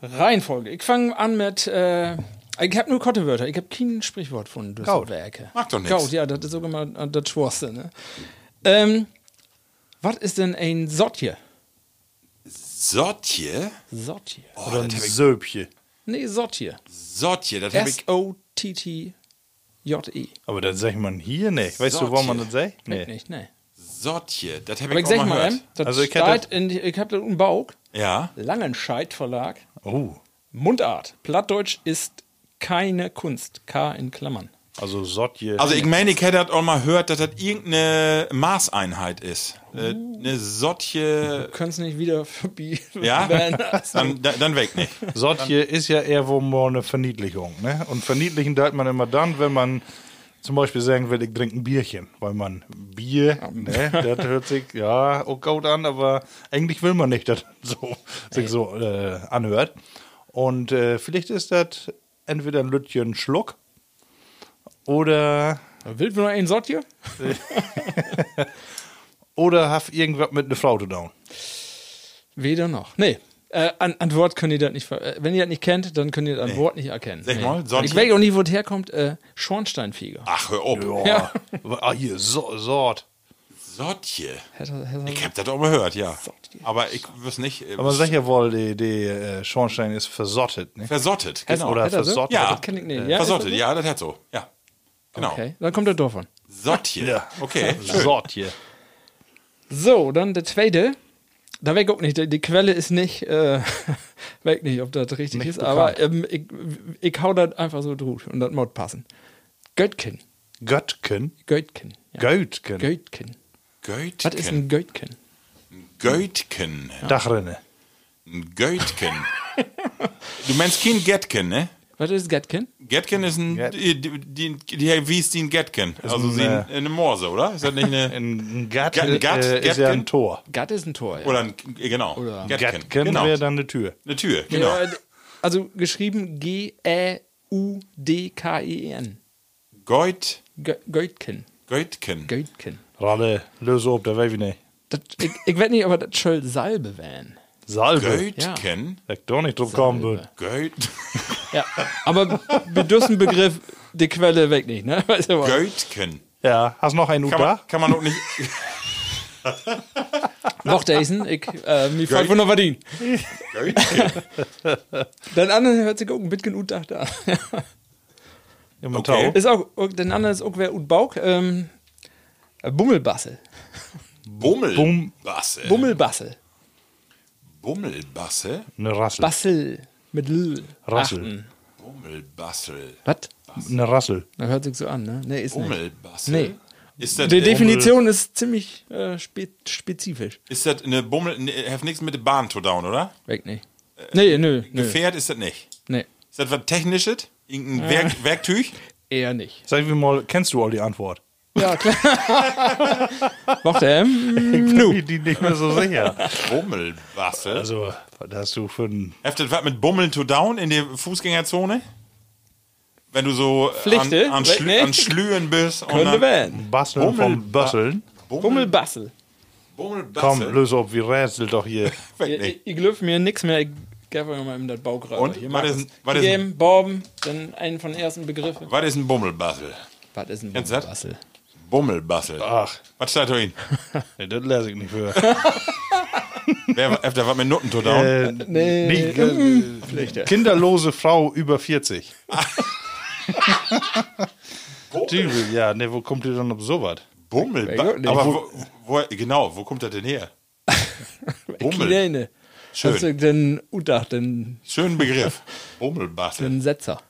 Speaker 5: Reihenfolge. Ich fange an mit. Äh, ich hab nur Kottewörter. Ich hab kein Sprichwort von
Speaker 3: Gaut.
Speaker 5: Düsselwerke.
Speaker 1: Macht doch nix.
Speaker 5: Gaut, ja, das ist sogar mal äh, das Schwarze, ne? Ähm, was ist denn ein Sotje?
Speaker 1: Sortje?
Speaker 5: Sotje.
Speaker 1: Oh, das hab ich
Speaker 3: Söbchen.
Speaker 5: Nee, Sotje.
Speaker 1: Sortje, das hab ich.
Speaker 5: S-O-T-T-J-E. E.
Speaker 3: Aber das sagt man hier nicht. Weißt du,
Speaker 1: Sortje.
Speaker 3: wo man das sagt?
Speaker 5: Nee. Nicht, nee.
Speaker 1: Sortje, das hab
Speaker 5: Aber
Speaker 1: ich,
Speaker 5: ich
Speaker 1: auch
Speaker 5: sag
Speaker 1: mal
Speaker 5: mal, ne?
Speaker 1: gehört.
Speaker 5: ähm, das
Speaker 3: Also
Speaker 5: also
Speaker 3: ich
Speaker 5: ich
Speaker 3: hätte-
Speaker 5: steht in, ich hab da einen Bauch,
Speaker 1: Ja.
Speaker 5: Langenscheidt Verlag,
Speaker 3: Oh.
Speaker 5: Mundart. Plattdeutsch ist keine Kunst. K in Klammern.
Speaker 3: Also Sotje.
Speaker 1: Also ich meine, ich hätte das auch mal gehört, dass das irgendeine Maßeinheit ist. Äh, eine Sortje.
Speaker 5: Können es nicht wieder verbieten.
Speaker 1: Ja?
Speaker 5: Also,
Speaker 1: Dann, dann, dann weg nicht.
Speaker 3: Sotje ist ja eher wo mal eine Verniedlichung. Ne? Und verniedlichen teilt man immer dann, wenn man zum Beispiel sagen will, ich trinke ein Bierchen. Weil man Bier, ne, das hört sich ja auch gut an, aber eigentlich will man nicht, dass so, sich so äh, anhört. Und äh, vielleicht ist das entweder ein Lütchen Schluck oder,
Speaker 5: Wild nur ein Sort hier?
Speaker 3: oder hab irgendwas mit einer Frau zu tun.
Speaker 5: Weder noch. Nee. Äh, an, an Wort könnt ihr das nicht ver äh, Wenn ihr das nicht kennt, dann könnt ihr das an Wort nicht erkennen.
Speaker 1: Sag mal,
Speaker 5: nee.
Speaker 1: Sotje.
Speaker 5: Ich weiß auch nicht, wo das herkommt. Äh, Schornsteinfeger.
Speaker 1: Ach, hör auf.
Speaker 5: Ja.
Speaker 3: Ah, hier, so, Sort.
Speaker 1: Sortje.
Speaker 5: Hätte- hätte-
Speaker 1: Ich hab das auch mal gehört, ja. Aber ich wüsste nicht. äh,
Speaker 3: Aber sag ja wohl, die, die äh, Schornstein ist versottet. Ne?
Speaker 1: Versottet, genau.
Speaker 3: Oder
Speaker 5: Hätte er so?
Speaker 3: versottet.
Speaker 1: ja.
Speaker 5: das kenn ich nicht. Ja, ist
Speaker 1: Versottet,
Speaker 5: das so?
Speaker 1: ja, das hat so. Ja. Genau.
Speaker 5: Okay, dann kommt der davon.
Speaker 1: Sortje.
Speaker 3: Ja.
Speaker 1: Okay. schön.
Speaker 3: Sortje.
Speaker 5: So, dann der zweite. Da weg auch nicht. Die, die Quelle ist nicht, äh, weg nicht, ob das richtig ist, aber ähm, ich, ich hau das einfach so drut und das Mod passen. Göttgen.
Speaker 3: Göttgen.
Speaker 5: Göttgen. Ja.
Speaker 3: Göttgen.
Speaker 5: Göttgen. Was ist
Speaker 1: Götken.
Speaker 5: ein Göttgen?
Speaker 1: Götken.
Speaker 3: Dachrinne.
Speaker 1: Ein Götken. du meinst kein Getken, ne?
Speaker 5: Was ist Göttgen?
Speaker 1: Getken ist ein.
Speaker 3: Get-
Speaker 1: Die, die, die, die, wie ist die ein Getken? Also
Speaker 3: ein,
Speaker 1: sie ein,
Speaker 3: äh,
Speaker 1: eine Morse, oder? Ist das nicht eine.
Speaker 3: Ein Gatt,
Speaker 1: Gat- Gat-
Speaker 3: äh, ist ja
Speaker 1: Gatgen?
Speaker 3: ein Tor.
Speaker 5: Gatt ist ein Tor. Ja.
Speaker 1: oder ein. Genau. Oder
Speaker 3: Göttgen
Speaker 1: Genau.
Speaker 3: wäre dann eine Tür.
Speaker 1: Eine Tür, genau.
Speaker 5: Ja, also geschrieben G-E-U-D-K-E-N.
Speaker 1: Goit.
Speaker 5: Gö- Göttgen.
Speaker 1: Götken.
Speaker 5: Göttgen.
Speaker 3: Ralle, löse ob, da wäre ich nicht.
Speaker 5: Das, ich, ich weiß nicht, aber das soll Salbe wären.
Speaker 3: Salbe.
Speaker 1: Götken.
Speaker 3: Da ich doch nicht drauf kommen bin.
Speaker 1: Göt.
Speaker 5: Ja. Aber wir dürfen Begriff die Quelle weg nicht, ne? Weißt du was?
Speaker 1: Götken.
Speaker 3: Ja, hast noch einen
Speaker 1: Kann
Speaker 3: Uta?
Speaker 1: man, kann man auch nicht.
Speaker 5: Noch Jason, ich, äh, mir fällt von noch verdienen.
Speaker 1: Götken.
Speaker 5: Den anderen hört sich auch ein bisschen gut dachte an.
Speaker 3: Im
Speaker 1: Okay.
Speaker 3: Tau?
Speaker 5: Ist auch, den anderen ist auch wer gut Bauch, ähm, Bummelbassel.
Speaker 1: Bummel.
Speaker 3: Bum-
Speaker 1: Basse.
Speaker 5: Bummelbassel.
Speaker 1: Bummelbasse.
Speaker 3: Eine Rassel.
Speaker 5: Bassel. Mit L.
Speaker 3: Rassel.
Speaker 5: Äh, Achten.
Speaker 1: Bummelbassel.
Speaker 5: Was?
Speaker 3: Eine Rassel.
Speaker 5: Das hört sich so an, ne? Nee, ist nicht.
Speaker 1: Bummelbassel.
Speaker 5: Nee.
Speaker 1: Ist das,
Speaker 5: Die
Speaker 1: äh,
Speaker 5: Definition ist ziemlich äh, spe spezifisch.
Speaker 1: ist das eine Bummel. Ne, hat nichts mit der Bahn zu down, oder?
Speaker 5: Weg nicht. Nee, nö, nö.
Speaker 1: Gefährt ist das nicht.
Speaker 5: Nee,
Speaker 1: Ist das was Technisches? Irgendein Werk, Werktüch?
Speaker 5: eher nicht.
Speaker 3: Sag mir mal, kennst du all die Antwort?
Speaker 5: Ja, klar. Macht er? mm,
Speaker 3: Ich bin
Speaker 5: nu.
Speaker 3: mir die nicht mehr so sicher.
Speaker 1: Bummelbassel.
Speaker 3: Also, was hast du für ein.
Speaker 1: Hat das was mit Bummeln to down in der Fußgängerzone? Wenn du so äh,
Speaker 5: Pflichte?
Speaker 1: an, an,
Speaker 5: Weg
Speaker 1: Schlü
Speaker 5: nicht.
Speaker 1: an Schlüren bist und
Speaker 5: Könnte
Speaker 1: dann
Speaker 5: werden.
Speaker 3: Basteln vom
Speaker 1: Bummel-
Speaker 3: Basteln?
Speaker 5: Bummelbassel.
Speaker 3: Komm,
Speaker 1: Bummelbassel.
Speaker 3: löse auf, wie rätselt doch hier.
Speaker 1: Weg
Speaker 5: Ich,
Speaker 1: nicht.
Speaker 5: ich löf mir nix mehr. Ich gebe mir mal in das Bauch gerade.
Speaker 1: Und?
Speaker 5: Hier,
Speaker 1: Was
Speaker 5: Markus.
Speaker 1: ist- was ist-
Speaker 5: Gegeben, Borben, dann einen von den ersten Begriffen.
Speaker 1: Was ist ein Bummelbassel?
Speaker 5: Was ist ein
Speaker 1: Kennst du das?
Speaker 5: Bummelbassel?
Speaker 1: Bummelbassel.
Speaker 5: Ah.
Speaker 3: Ach,
Speaker 1: Was steht da hin?
Speaker 3: nee, das lese ich nicht für.
Speaker 1: Genau. Wer war- öfter was mit Nutten to down?
Speaker 3: Äh, nicht, äh, kinderlose Frau über 40. Die- ja, ne, wo kommt ihr denn auf sowas?
Speaker 5: Weg,
Speaker 1: Bummelbassel.
Speaker 5: ne,
Speaker 1: Aber
Speaker 5: wo-
Speaker 1: wo, wo, genau, wo kommt das denn her? Bummel.
Speaker 5: Kleine.
Speaker 1: Schön.
Speaker 5: Hast du den Utach, den,
Speaker 1: Schönen Begriff. Bummelbassel.
Speaker 5: den Setzer?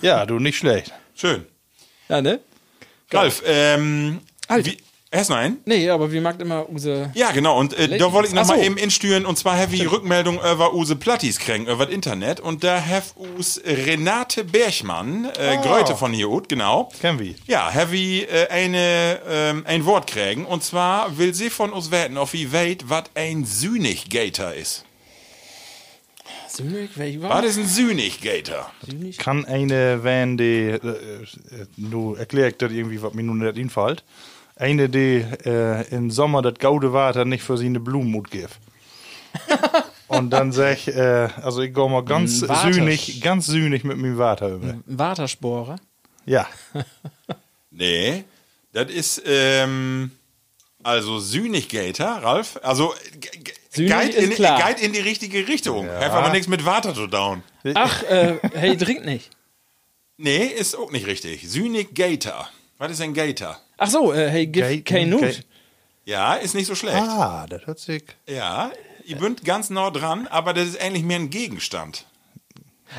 Speaker 3: Ja, du, nicht schlecht.
Speaker 1: Schön.
Speaker 5: Ja, ne?
Speaker 1: Ralf, ähm,
Speaker 5: Halt.
Speaker 1: wie, hast du noch einen?
Speaker 5: Nee, aber wir mag immer unsere.
Speaker 1: Ja, genau. Und äh, da
Speaker 5: Ladies.
Speaker 1: wollte ich
Speaker 5: Ach
Speaker 1: nochmal
Speaker 5: so.
Speaker 1: eben instüren. Und zwar habe ich Rückmeldung über Use Plattis kriegen, über das Internet. Und da have us Renate Bergmann, äh, Gröte von hier ut, genau.
Speaker 3: Kennen wir.
Speaker 1: Ja, have ich, äh, eine, ähm, ein Wort kriegen. Und zwar will sie von uns werten, auf wie weit, was ein Sühniggater ist.
Speaker 5: Sündig, welche
Speaker 1: Was
Speaker 5: war?
Speaker 1: ist ein Sühniggater?
Speaker 3: Kann eine, wenn die, äh, äh, du erklärst das irgendwie, was mir nun nicht einfällt, eine, die äh, im Sommer das gaude Water nicht für sie eine Blumenmut gibt. Und dann sag ich, äh, also ich gehe mal ganz
Speaker 5: Mm, Water.
Speaker 3: sühnig, ganz sühnig mit mir Water über.
Speaker 5: Ein Watersporer.
Speaker 3: Ja.
Speaker 1: Nee, das ist, ähm, also Sühniggater, Ralf. Also, g- g-
Speaker 5: Sühnig
Speaker 1: Guide
Speaker 5: ist
Speaker 1: in,
Speaker 5: klar.
Speaker 1: Guide in die richtige Richtung. Have aber nichts mit Water to down.
Speaker 5: Ach, äh, hey, trink nicht.
Speaker 1: Nee, ist auch nicht richtig. Sünig Gator. Was ist ein Gator?
Speaker 5: Ach so, äh, hey,
Speaker 3: Gay-
Speaker 5: gib kein
Speaker 3: Gay-
Speaker 5: Nut.
Speaker 1: Ja, ist nicht so schlecht.
Speaker 3: Ah, das hört sich.
Speaker 1: Ja, ihr bünd ganz nah dran, aber das ist eigentlich mehr ein Gegenstand.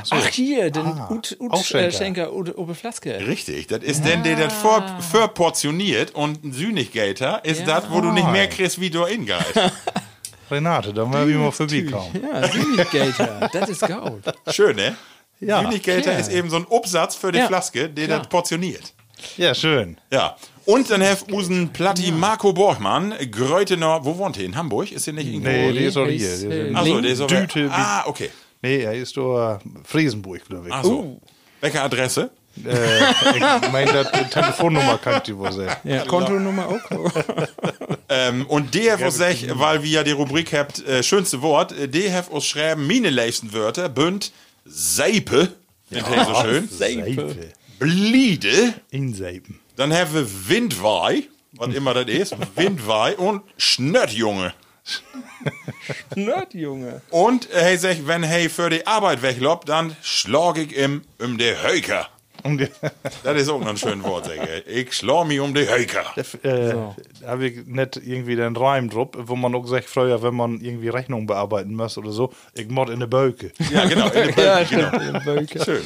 Speaker 5: Ach, hier, den
Speaker 1: Ah,
Speaker 5: Ut, Ut
Speaker 3: Ausschenker.
Speaker 5: äh, Schenker, Ut, Obe Flaske.
Speaker 1: Richtig, das ist denn, der das vor, verportioniert und ein Sünig Gator ist das, wo du nicht mehr kriegst, wie du ingehst.
Speaker 3: Renate, da mal wir mal vorbeikommen.
Speaker 5: Ja, Sühniggelder, das ist Gold.
Speaker 1: Schön, ne?
Speaker 3: Ja.
Speaker 1: Sünig Gator ist eben so ein Obsatz für die
Speaker 5: Ja,
Speaker 1: Flaske, der
Speaker 5: klar.
Speaker 1: das portioniert.
Speaker 3: Ja, schön.
Speaker 1: Ja. Und dann have Usen Platti Marco Borgmann, Grötener, wo wohnt ihr? In Hamburg? Ist ihr nicht irgendwo?
Speaker 3: Nee, die ist doch hier. Die
Speaker 5: Ist,
Speaker 3: ist
Speaker 5: äh,
Speaker 3: in-
Speaker 5: Ach
Speaker 1: Achso, der ist aber-
Speaker 3: Düte-
Speaker 1: Ah, okay.
Speaker 3: nee, er øh, ist doch Friesenburg, glaube ich.
Speaker 1: Achso. Welche Adresse?
Speaker 3: Äh, ich meine, die Telefonnummer kann ich dir wohl sagen.
Speaker 5: Ja, Kontonummer auch.
Speaker 1: Ähm, und der was sech, weil wir ja die Rubrik habt, äh, schönste Wort, äh, der hat uns schreiben, meine liebsten Wörter, bünd Seipe, den klingt so schön,
Speaker 3: Seife.
Speaker 1: Bliede,
Speaker 3: In Seipen.
Speaker 1: dann haben wir Windwei, was immer das ist, Windwei und Schnörtjunge.
Speaker 5: Nerd, Junge.
Speaker 1: Und äh, hey sech, wenn hey für die Arbeit weglobt, dann schlag ich im um de Höker.
Speaker 3: Und äh,
Speaker 1: Das ist auch noch ein schönes Wort, sag ich. Ich schlag mich um de Höker.
Speaker 3: Øh, habe ich nicht irgendwie den Reim drauf, wo man auch sagt, früher, wenn man irgendwie Rechnung bearbeiten muss oder so, ich mod in der Böke.
Speaker 1: Ja, genau. In de
Speaker 5: Ja,
Speaker 1: Böke, genau.
Speaker 5: stimmt.
Speaker 1: Schön.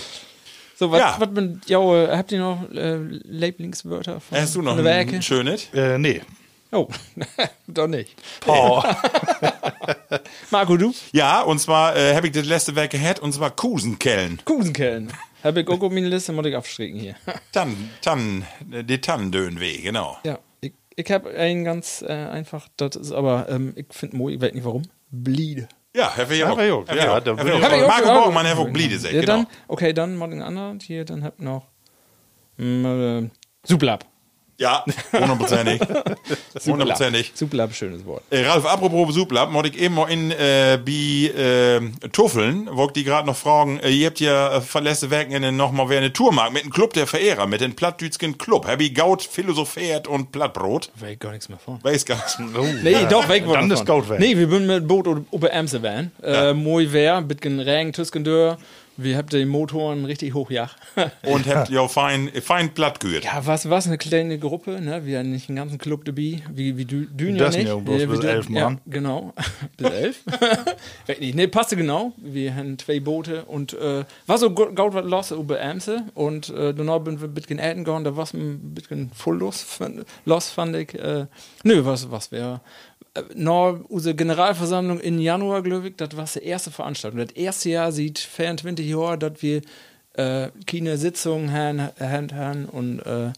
Speaker 5: So, was,
Speaker 1: Ja.
Speaker 5: was mit, ja, äh, habt ihr noch äh, Lieblingswörter von,
Speaker 1: Hast du noch
Speaker 5: von der Werke?
Speaker 1: ein schönes?
Speaker 3: Äh, nee.
Speaker 5: Oh, doch nicht.
Speaker 3: Oh.
Speaker 5: Marco, du?
Speaker 1: Ja, und zwar äh, habe ich das letzte Werk gehabt, und zwar Kusenkellen.
Speaker 5: Kusenkellen. Hab ich auch auf meine Liste, muss ich abstricken hier.
Speaker 1: Tannen, Tannen, äh, die Tannendönweh, genau.
Speaker 5: ja, ich, ich hab einen ganz äh, einfach, das ist aber, ähm, ich finde Mo, ich weiß nicht warum, Bleed.
Speaker 1: Ja, Herr Verjog.
Speaker 3: Herr Verjog, ja, da würde ich
Speaker 5: auch-
Speaker 1: Marco
Speaker 5: ja, auch-
Speaker 1: Borgmann, Herr Bliede,
Speaker 5: Ja,
Speaker 1: genau.
Speaker 5: dann, okay, dann mal den anderen. Hier, dann habt noch mm, äh, hm, Sublab.
Speaker 1: Ja, hundertprozentig. Hundertprozentig.
Speaker 5: Sublab, schönes Wort.
Speaker 1: Äh, Ralf, apropos Sublab, wollte ich eben mal in äh, bi äh, Tuffeln, wollte die gerade noch fragen, äh, ihr habt ja äh, verlässt Wochenende noch mal wer eine Tour mag mit dem Club der Verehrer, mit dem Plattdütschen Club. Hab ich Gaut philosophiert und Plattbrot.
Speaker 5: Weil ich gar nichts mehr von.
Speaker 1: Weiß gar nicht.
Speaker 5: Nee, doch, weg
Speaker 3: Äh, Dann ist Goud weg.
Speaker 5: Nee, wir sind mit Boot o- über Emse van. Äh, Mooi Wehr, bisschen Regen, Tüskendör. Wir habt den Motoren richtig hochjach.
Speaker 1: Und habt ja fein, fein platt gehört.
Speaker 5: ja, was, was eine kleine Gruppe, ne? Wir haben nicht einen ganzen Club dabei, wie, wie du, du ja
Speaker 3: Das sind
Speaker 5: nicht.
Speaker 3: ja bloß
Speaker 5: Wir-
Speaker 3: bis
Speaker 5: wir-
Speaker 3: elf Mann.
Speaker 5: Ja, genau. bis elf. Weg nicht. Nee, passte genau. Wir haben zwei Boote und äh, war so gut gut was los über Emse und äh, danach bin wir ein bisschen älten gegangen, da war es ein bisschen voll los, fand- los fand ich. Äh, nö, was, was wäre. Nor, unsere Generalversammlung in Januar, glaube ich, das war die erste Veranstaltung. Das erste Jahr sieht 24 Jahre, dass wir äh, keine Sitzungen haben, haben, haben und äh,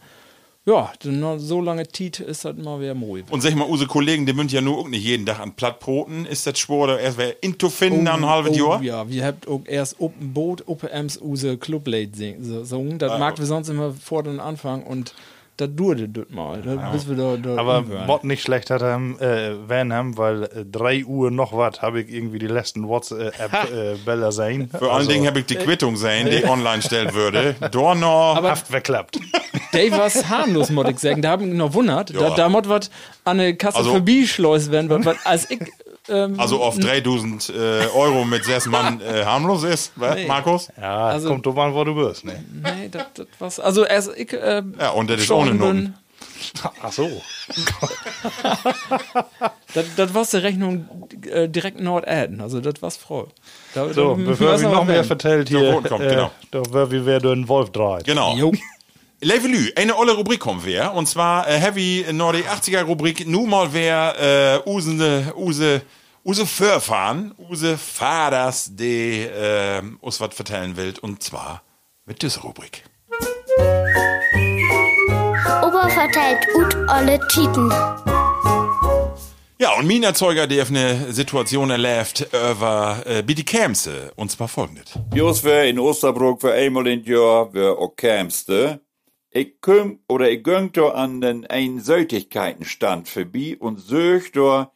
Speaker 5: ja, noch so lange Tiet ist das mal wieder mooi.
Speaker 1: Und sag ich mal, unsere Kollegen, die münd ja nur auch nicht jeden Tag an Plattbroten. Ist das schwor, oder erst wer in Tuffeln dann ein halbes Jahr?
Speaker 5: Oh, Ja, wir habt auch erst op ein Boot, op Ems use Clublate gesungen.
Speaker 1: Ah,
Speaker 5: Das mag wir sonst immer vor den Anfang und das durfte das mal. Da bis wir da, da
Speaker 3: Aber
Speaker 5: hinwören.
Speaker 3: Bot nicht schlecht hat haben, äh, Van haben, weil äh, 3 Uhr noch was habe ich irgendwie die letzten äh, WhatsApp-Bälle sein.
Speaker 1: Vor
Speaker 5: Also,
Speaker 1: allen Dingen habe ich die
Speaker 5: äh,
Speaker 1: Quittung sehen, die online stellen würde. Dornor.
Speaker 3: Haft verklappt.
Speaker 5: Dave war harmlos, muss ich sagen. Da haben mich noch wundert. Da,
Speaker 1: Ja.
Speaker 5: da muss was an eine Kasse
Speaker 1: Also-
Speaker 5: vorbeischleust werden, was, was als ich. Ähm,
Speaker 1: Also auf 3000 äh, Euro mit sechs Mann äh, harmlos ist, wa, Markus?
Speaker 3: Ja,
Speaker 5: Also-
Speaker 3: kommt drauf an, wo du bist. Ne?
Speaker 5: nee, das, das was. Also, als ich. Äh,
Speaker 1: Ja, und das ist ohne
Speaker 5: gestorben bin,
Speaker 1: Noten.
Speaker 3: Ach so.
Speaker 5: Das, das war die Rechnung äh, direkt Nordelten. Also, das war's Frau. Da,
Speaker 3: So,
Speaker 5: da-
Speaker 3: bevor
Speaker 5: Hm, was
Speaker 3: wir noch mehr
Speaker 5: werden.
Speaker 3: vertellt
Speaker 1: Der
Speaker 3: hier,
Speaker 1: Boden kommt, genau.
Speaker 3: da wär wir wer den Wolf dreht.
Speaker 1: Genau.
Speaker 5: Jo.
Speaker 1: Levelü, eine olle Rubrik kommt wer, und zwar äh, Heavy Nordic 80er Rubrik, nun mal wer äh, usende, use, use Förfahren, use Faders, die äh, uns was vertellen will, und zwar mit dieser Rubrik.
Speaker 6: Ober verteilt ut olle Tieten.
Speaker 1: Ja, und Minerzeuger, der auf eine Situation erläuft, über äh, Bidi Kämse, und zwar folgendes.
Speaker 8: Jos wär in Osterbrook für einmal in Jahr wär auch kämste. Ich kümm oder ich göng da an den Einseitigkeitenstand vorbei und söch da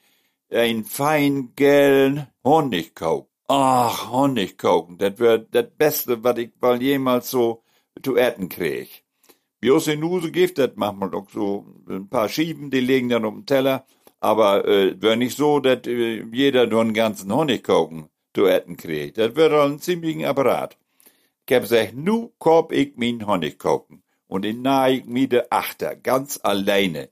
Speaker 8: ein fein gelben Honigkuchen. Ach, Honigkuchen, das wär das Beste, was ich wohl jemals so zu essen krieg. Bios in Huse gibt, das macht man doch so ein paar Schieben, die legen dann auf den Teller. Aber äh, wär nicht so, dass äh, jeder nur einen ganzen Honigkuchen zu essen kriegt. Das wär doch ein ziemlicher Apparat. Ich hab gesagt, nu komm ich min Honigkuchen. Und in nahe ich mi de Achter, ganz alleine.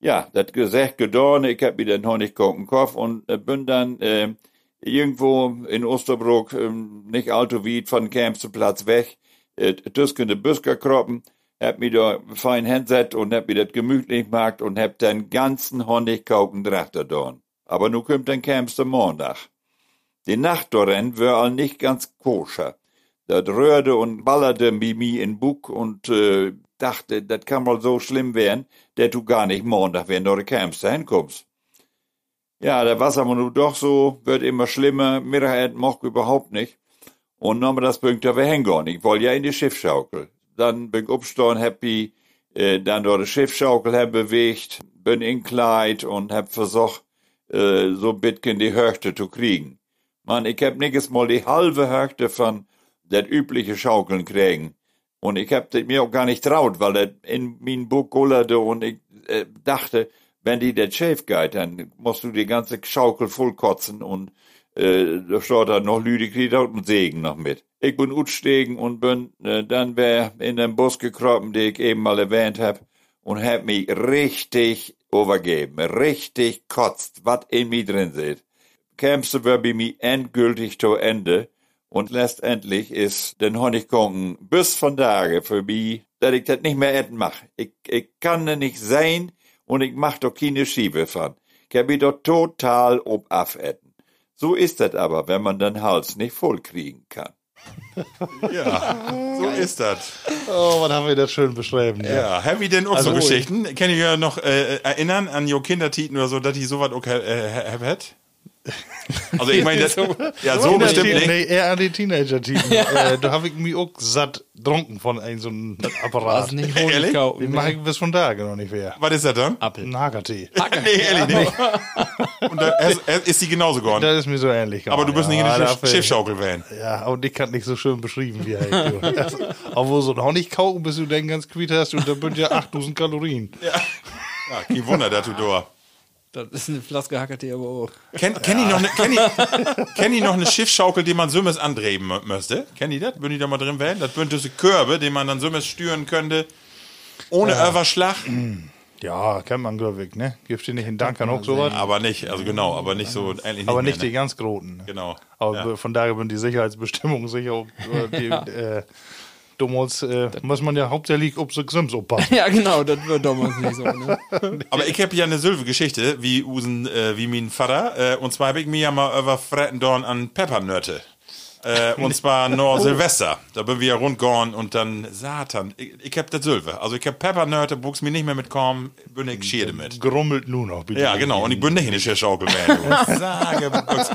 Speaker 8: Ja, das gesagt, gedorn, ich hab mir den Honigkuchen gekauft und äh, bin dann äh, irgendwo in Osterbrook, ähm, nicht allzu weit von Campsplatz weg, äh, tüskende Büsker kroppen, hab mir da fein hinsetzt und hab mir das gemütlich gemacht und hab den ganzen Honigkuchen drachter dorn. Aber nu kommt dann Campster Montag. Die Nacht darin wär all nicht ganz koscher. Das rührte und ballerte Mimi in Bug und äh, dachte, das kann mal so schlimm werden, dass du gar nicht Montag, wenn du kämst, hinkommst. Ja, der Wasser war nun doch so, wird immer schlimmer, Mittagend moch überhaupt nicht. Und nahm das Punkt aber hängen. Ich wollte ja in die Schiffschaukel. Dann bin ich upstehen, happy, äh, dann dort die Schiffschaukel hab bewegt, bin in Kleid und hab versucht, äh, so ein bisschen die Höchte zu kriegen. Mann, ich hab nix mal die halbe Höchte von das übliche Schaukeln kriegen. Und ich hab das mir auch gar nicht traut, weil das in mein Buch kullerte und ich äh, dachte, wenn die der Chef geht, dann musst du die ganze Schaukel vollkotzen und äh, da steht dann noch Lüde kriegt auch einen Segen noch mit. Ich bin utstegen und bin äh, dann wär in den Bus gekroppen, den ich eben mal erwähnt hab, und hab mich richtig overgeben, richtig kotzt, wat in mir drin sitzt. Kämpfe wär bei mir endgültig zu Ende. Und letztendlich ist den Honigkuchen bis von Tage für mich, dass ich das nicht mehr essen mach. Ich, ich kann da nicht sein und ich mach doch keine Schiebe von. Ich hab mich doch total ob affetten. So ist das aber, wenn man den Hals nicht voll kriegen kann.
Speaker 1: Ja, so ist das.
Speaker 3: Oh, was haben wir das schön beschrieben. Ja.
Speaker 1: Ja, Heavy Ah, denn auch
Speaker 3: Also
Speaker 1: so Geschichten. Kann ich mich ja noch äh, erinnern an Jo Kindertiten oder so, dass die sowas auch äh, äh, hat? Also ich meine, das, ja, so bestimmt nicht.
Speaker 3: Nee, eher an die Teenager-Typen. äh, da habe ich mich auch satt getrunken von einem so einem Apparat.
Speaker 5: Was nicht Honig
Speaker 1: Ehrlich?
Speaker 3: Den
Speaker 5: kaufen.
Speaker 3: mache ich bis von da genau nicht mehr.
Speaker 1: Was ist das dann?
Speaker 5: Apfel.
Speaker 3: Nagertee.
Speaker 1: Nee, ehrlich nicht. Und da ist, ist sie genauso geworden.
Speaker 3: Das ist mir so ähnlich.
Speaker 1: Aber du bist nicht in
Speaker 3: Ja,
Speaker 1: der Schiff-
Speaker 3: dafür-
Speaker 1: Schiffschaukel werden.
Speaker 3: Ja, und ich kann nicht so schön beschrieben wie er. Obwohl so ein Honigkauken, bis du den ganz quiet hast und da bünd ja 8000 Kalorien.
Speaker 1: Ja, Ah, kein Wunder, dass du da.
Speaker 5: Das ist eine Flaske Hackertee, aber oh. auch.
Speaker 1: Kenn, kenn, ich noch ne, kenn, ich, kenn ich noch eine Schiffschaukel, die man Sümmes andrehen mö- müsste? Kenn ich das? Würden die da mal drin werden? Das sind diese Körbe, die man dann Sümmes stüren könnte. Ohne Överschlag.
Speaker 3: Ja, kennt man, glaube ich, ne? Gibt dir nicht in Dankern auch sowas?
Speaker 1: Aber nicht, also genau, aber nicht so, eigentlich nicht.
Speaker 3: Aber
Speaker 1: mehr,
Speaker 3: nicht
Speaker 1: ne?
Speaker 3: die ganz Groten. Ne?
Speaker 1: Genau.
Speaker 3: Aber
Speaker 1: Ja.
Speaker 3: be- von daher bin die Sicherheitsbestimmungen sicher, ob äh, die äh, Dummholz, äh, muss man ja hauptsächlich ob so Gesims aufpassen.
Speaker 5: Ja, genau, das wird damals nicht so. Ne?
Speaker 1: Aber ich habe ja eine Sylve Geschichte, wie Usen, äh, wie mein Vater. Äh, und zwar habe ich mir ja mal über Frettendorn an Pepper nörte. Äh, und zwar
Speaker 3: Oh.
Speaker 1: nur Silvester. Da bin wir ja rundgegangen und dann Satan. Ich, ich habe das Sylve. Also ich habe Pepper nörte, buchs mir nicht mehr mitkommen, bin ich schiede mit.
Speaker 3: Grummelt nur noch. bitte.
Speaker 1: Ja, genau. Und ich bin nicht in der Schischaukel werden. Sage, Buchs-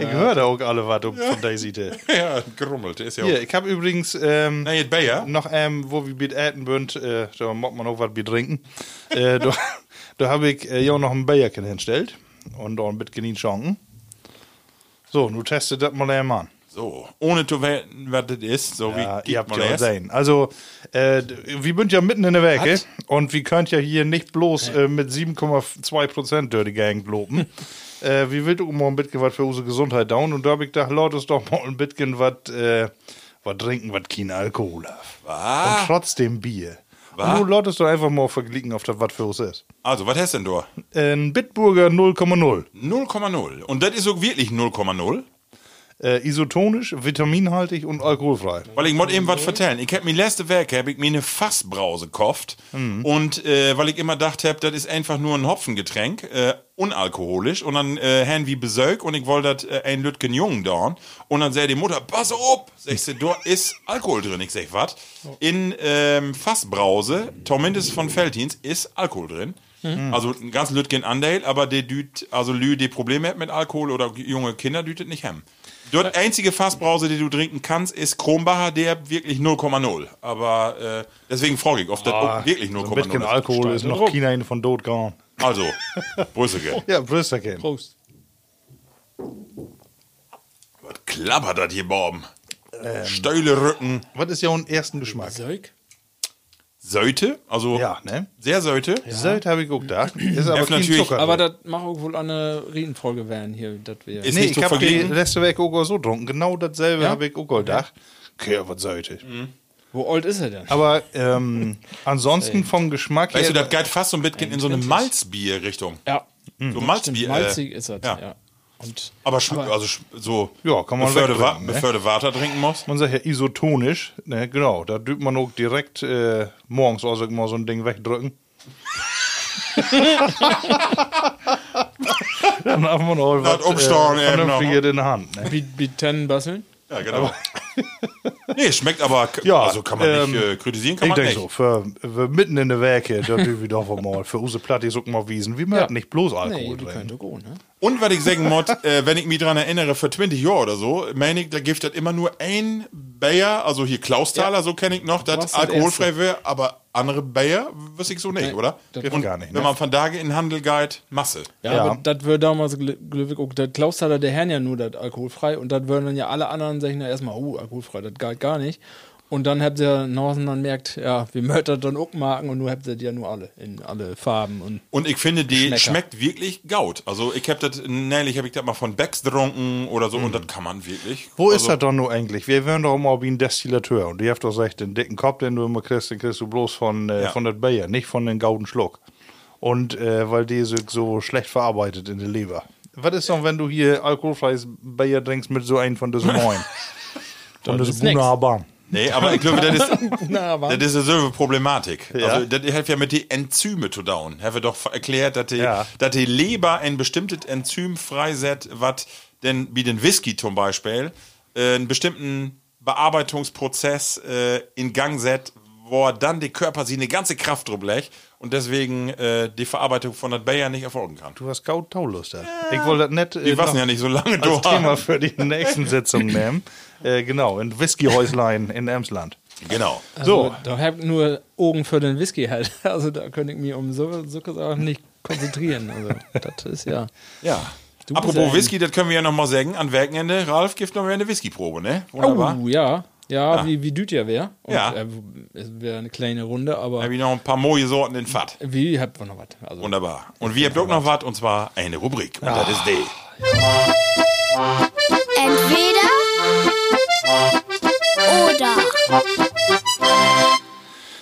Speaker 3: Ich höre da auch alle was ob von Daisy.
Speaker 1: ja, gerummelt. Ist ja auch.
Speaker 3: Hier, ich habe übrigens ähm,
Speaker 1: Na, jetzt Bayer.
Speaker 3: noch, ähm, wo wir mit Äten bünd, äh, da mag man auch was Bier trinken. äh, da da habe ich äh, ja auch noch ein Bayerchen hinstellt und auch ein bisschen Schanken. So, nun testet das mal einmal an.
Speaker 1: So, ohne zu wissen, was das ist. So
Speaker 3: Ja,
Speaker 1: wie
Speaker 3: ihr habt ja
Speaker 1: das.
Speaker 3: gesehen. Also, äh, d- wir sind ja mitten in der Werke und wir könnt ja hier nicht bloß äh, mit 7,2% Dirty Gang loben. äh, wir will auch mal ein bisschen was für unsere Gesundheit down und da habe ich gedacht, Leute, ist doch mal ein bisschen was äh, was trinken, was kein Alkohol hat. Und trotzdem Bier. Und nun Leute, ist doch einfach mal verglichen, auf das, was für uns ist.
Speaker 1: Also, was hast denn da?
Speaker 3: Ein Bitburger 0,0.
Speaker 1: 0,0. Und das ist so wirklich 0,0?
Speaker 3: Äh, isotonisch, vitaminhaltig und alkoholfrei.
Speaker 1: Weil ich wollte eben was vertellen. Ich hab mir letzte Werke, hab ich mir eine Fassbrause gekauft. Und äh, weil ich immer dachte hab, das ist einfach nur ein Hopfengetränk, äh, unalkoholisch. Und dann äh, haben wir besögt und ich wollte das äh, ein Lütgen Jungen dauern. Und dann sagt die Mutter, pass auf! Sagst du, da ist Alkohol drin. Ich sag, was? In ähm, Fassbrause, Tormindes von Feltins, ist Alkohol drin. Also ein ganz Lütgen Andale, aber der düt, also Lü, die Probleme hat mit Alkohol oder junge Kinder, dütet nicht hem.
Speaker 3: Äh.
Speaker 1: Dort einzige Fassbrause, die du trinken kannst, ist Kronbacher, der wirklich 0,0. Aber äh, deswegen frage ich, ob das auch Oh, wirklich
Speaker 3: Ah, Ein bisschen
Speaker 1: 0,0
Speaker 3: Alkohol ist noch China in von Dot gegangen.
Speaker 1: ist. Also, Brüssel.
Speaker 3: Ja, Brüsterkin.
Speaker 5: Prost.
Speaker 1: Was klappert das hier, Baum?
Speaker 3: Ähm.
Speaker 1: Stöhle, Rücken,
Speaker 3: Was ist ja ein ersten Geschmack?
Speaker 5: Zeug?
Speaker 1: Säute, also
Speaker 3: Ja, ne?
Speaker 1: sehr Säute.
Speaker 3: Seit habe ich auch gedacht. Ist aber
Speaker 1: F
Speaker 3: kein
Speaker 1: natürlich,
Speaker 3: Zucker.
Speaker 5: Aber
Speaker 3: drin.
Speaker 5: das mag auch wohl eine Redenfolge werden hier, das wir.
Speaker 1: Ist
Speaker 3: nee,
Speaker 1: nicht
Speaker 3: ich
Speaker 1: zu
Speaker 3: habe die
Speaker 1: vergleichen.
Speaker 3: letzte Woche auch so getrunken. Genau dasselbe
Speaker 5: Ja?
Speaker 3: habe ich auch gedacht. Okay, was sollte.
Speaker 5: Wo alt ist er denn?
Speaker 3: Aber ähm, ansonsten vom Geschmack
Speaker 1: Weißt du,
Speaker 3: her.
Speaker 1: das geht fast so ein bisschen in so eine Malzbier-Richtung.
Speaker 5: ja.
Speaker 1: So Malzbier.
Speaker 5: Malzig
Speaker 1: äh,
Speaker 5: ist das,
Speaker 1: ja.
Speaker 5: ja. Und
Speaker 1: Aber, schm- also sch- so
Speaker 3: Ja, kann man
Speaker 1: beförde, wa
Speaker 3: wegtrinken, ne?
Speaker 1: beförde Water trinken ne? muss.
Speaker 3: man sagt ja isotonisch. Ne, genau, da dübt man auch direkt äh, morgens also mal so ein Ding wegdrücken. Dann haben wir noch
Speaker 1: Das
Speaker 3: was
Speaker 1: umstauen eben noch.
Speaker 3: vernünftiges in der Hand. Ne?
Speaker 5: Beat, Beat Ten basteln?
Speaker 1: Ja, genau. nee, schmeckt aber,
Speaker 3: Ja,
Speaker 1: also kann man nicht
Speaker 3: ähm,
Speaker 1: äh, kritisieren, kann
Speaker 3: ich
Speaker 1: man nicht.
Speaker 3: denke so, für, für mitten in der Werke, da dürfen wir doch mal für unsere Platte so mal wiesen. Wir möchten nicht bloß
Speaker 5: Nee,
Speaker 3: Alkohol
Speaker 5: die
Speaker 3: trinken.
Speaker 5: könnte go, ne?
Speaker 1: Und was ich sagen muss, äh, wenn ich mich dran erinnere, für 20 Jahre oder so, meine ich, da gibt es immer nur ein Bayer, also hier Klausthaler, so kenne ich noch,
Speaker 5: warst
Speaker 1: das
Speaker 5: das
Speaker 1: alkoholfrei wäre, aber andere Bayer wüsste ich so nicht, oder?
Speaker 5: das
Speaker 1: Und
Speaker 3: gar nicht,
Speaker 1: wenn
Speaker 3: ne?
Speaker 1: man von da in den Handel geht, Masse.
Speaker 5: Ja,
Speaker 3: Ja.
Speaker 5: aber das wird damals glücklich auch. Das Klaus hat der Herrn ja nur das alkoholfrei und das würden dann ja alle anderen sagen, na erstmal, oh, alkoholfrei, das galt gar nicht. Und dann habt ihr Norsen dann merkt, ja, wir möchten dann auch marken und nur habt ihr die ja nur alle in alle Farben und
Speaker 1: Und ich finde, die
Speaker 5: Schmecker.
Speaker 1: schmeckt wirklich gaut. Also ich habe das, neulich habe ich das mal von Becks getrunken oder so
Speaker 3: Mhm.
Speaker 1: und das kann man wirklich.
Speaker 3: Wo
Speaker 1: also,
Speaker 3: ist das doch nur eigentlich? Wir wären doch immer wie ein Destillateur. Und die habt doch echt den dicken Kopf, den du immer kriegst, den kriegst du bloß von, äh,
Speaker 1: Ja.
Speaker 3: von der Bayer, nicht von den gauden Schluck. Und äh, weil die sind so schlecht verarbeitet in der Leber. Was ist doch, wenn du hier alkoholfreies Bayer trinkst mit so einem von diesen neuen? Dann ist
Speaker 5: ist
Speaker 3: es Buna
Speaker 5: nix.
Speaker 3: Haban.
Speaker 1: Nee, aber ich glaube, das ist,
Speaker 5: Na, aber-
Speaker 1: das ist dieselbe Problematik.
Speaker 3: Ja.
Speaker 1: Also, das hilft ja mit den Enzyme zu down. Haben wir doch erklärt, dass die,
Speaker 3: Ja.
Speaker 1: dass die Leber ein bestimmtes Enzym freisetzt, was denn, wie den Whisky zum Beispiel, äh, einen bestimmten Bearbeitungsprozess äh, in Gang setzt, wo dann der Körper sie eine ganze Kraft drüber legt und deswegen äh, die Verarbeitung von der Bayer nicht erfolgen kann.
Speaker 3: Du hast kaum Taulust. Ich wollte das nicht. äh,
Speaker 1: Wir wissen ja nicht, so lange du
Speaker 3: als Thema
Speaker 1: hast.
Speaker 3: für die nächsten Sitzung nehmen. Äh, genau, in Whiskyhäuslein in Emsland.
Speaker 1: Genau.
Speaker 3: So,
Speaker 5: Da hab ich nur Augen für den Whisky halt. Also da könnte ich mich um so, so auch nicht konzentrieren. Also das ist ja.
Speaker 1: Ja.
Speaker 5: Du bist ja
Speaker 1: Apropos
Speaker 5: ein-
Speaker 1: Whisky, das können wir ja nochmal sagen. An Werkenende, Ralf, gibt noch mal eine Whiskyprobe, ne? Wunderbar.
Speaker 5: Oh, ja. Ja, wie, wie Dütja wäre.
Speaker 1: Ja.
Speaker 5: Äh, es wäre eine kleine Runde, aber
Speaker 1: Da habe ich noch ein paar moje Sorten in Fat.
Speaker 5: wie habt ihr noch was? Also,
Speaker 1: Wunderbar. Und wir haben doch noch was, und zwar eine Rubrik. Und
Speaker 5: Ah.
Speaker 1: das ist die.
Speaker 6: Entweder oder.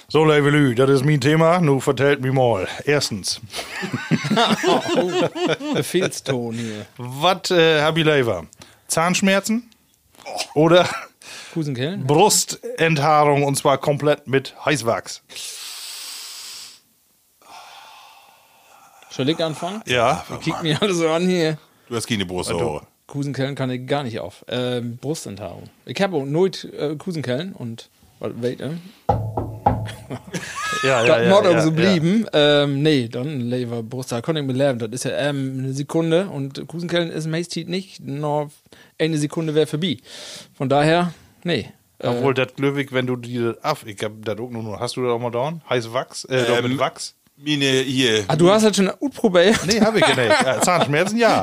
Speaker 3: so liebe Lü, das ist mein Thema. Nu vertellt mir mal. Erstens,
Speaker 5: oh, Befehlston hier.
Speaker 3: was äh, hab ich lieber? Zahnschmerzen oder
Speaker 5: Kusenkellen?
Speaker 3: Brustenthaarung und zwar komplett mit Heißwachs?
Speaker 5: Soll ich anfangen?
Speaker 3: Ja,
Speaker 5: Kick mir alle also so an hier.
Speaker 1: Du hast keine
Speaker 5: Also,
Speaker 1: Brustsäure.
Speaker 5: Kusenkellen kann ich gar nicht auf. Ähm, Brustenthaarung. Ich habe auch nooit äh, Kusenkellen und. Wait, äh?
Speaker 3: ja,
Speaker 5: das Mord auch so blieben. Ähm, nee, dann Lever Brust, da konnte ich mit leben. Das ist ja ähm, eine Sekunde und Kusenkellen ist Mace nicht. Nur eine Sekunde wäre vorbei. Von daher, nee. Äh,
Speaker 3: Obwohl, das Glöwig, wenn du die af, ich hab das auch nur, hast du das auch mal down? Heiß Wachs? Äh, doch
Speaker 5: Ähm.
Speaker 3: mit Wachs?
Speaker 1: Mine hier.
Speaker 5: ah, du hast halt schon utprobiert.
Speaker 3: Nee, hab ich ja nicht. Äh, Zahnschmerzen, ja.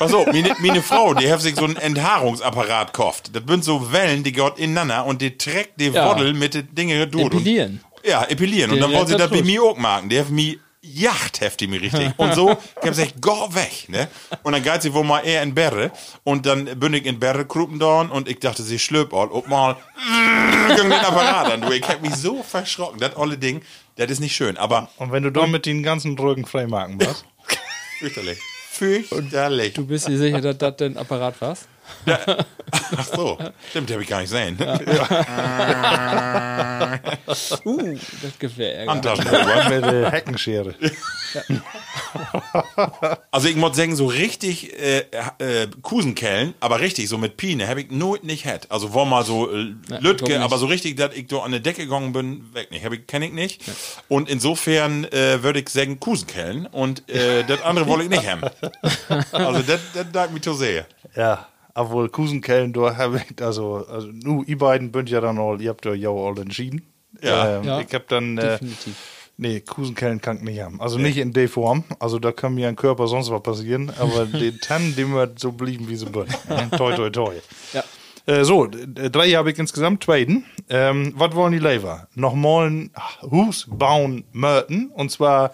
Speaker 1: Pass auf, mine, mine Frau, die hat sich so einen Enthaarungsapparat kauft. Das sind so Wellen, die geht ineinander und die trägt die
Speaker 5: Ja.
Speaker 1: Woddel mit den Dingen durch.
Speaker 5: Epilieren.
Speaker 1: Und, ja, epilieren. Und
Speaker 5: Die
Speaker 1: dann wollen sie
Speaker 5: hat
Speaker 1: das
Speaker 5: das
Speaker 1: bei
Speaker 5: durch.
Speaker 1: mir auch machen. Die hat mir Jacht heftig mir richtig. Und so, ich hab gesagt, geh weg, ne? Und dann geht sie wohl mal eher in Berre. Und dann bin ich in Berre Krupendorn und ich dachte, sie schlöp all, ob mal, gegen den Apparat an, du. Ich hab mich so verschrocken. Das olle Ding, das ist nicht schön, aber
Speaker 3: Und wenn du dann mit den ganzen Drücken freimachen warst.
Speaker 1: fürchterlich. Fürchterlich.
Speaker 5: Du bist dir sicher, dass das denn Apparat war?
Speaker 1: Ach so, stimmt, die hab ich gar nicht gesehen.
Speaker 5: Uh, das gibt mir Ärger.
Speaker 1: Handtaschenpulver.
Speaker 3: mit der Heckenschere.
Speaker 1: Also ich muss sagen, so richtig äh, äh, Kusenkellen, aber richtig, so mit Pine, habe ich nooit nicht hat. Also war mal so äh,
Speaker 5: glaub nicht.
Speaker 1: Lütke, aber so richtig, dass ich da an der Decke gegangen bin, weg nicht. Hab ich, kenn ich nicht. Und insofern äh, würde ich sagen Kusenkellen und äh, das andere wollte ich nicht haben. Also das, das darf mich zu sehr.
Speaker 3: Ja. Obwohl, Kusenkellen, da hab ich, also, also nu, ihr beiden bünd ja dann all, ihr habt ja ja all entschieden.
Speaker 1: Ja.
Speaker 3: Ähm,
Speaker 5: Ja.
Speaker 3: Ich hab dann. Äh,
Speaker 5: Definitiv.
Speaker 3: Nee, Kusenkellen kann ich nicht haben. Also nicht in der Form. Also da kann mir ein Körper sonst was passieren. Aber den Tannen, dem wir so blieben, wie sie bin. toi, toi, toi.
Speaker 5: Ja.
Speaker 3: Äh, so, d- d- drei habe ich insgesamt traden. Ähm, was wollen die Lever? Nochmal ein Husbauen Merton. Und zwar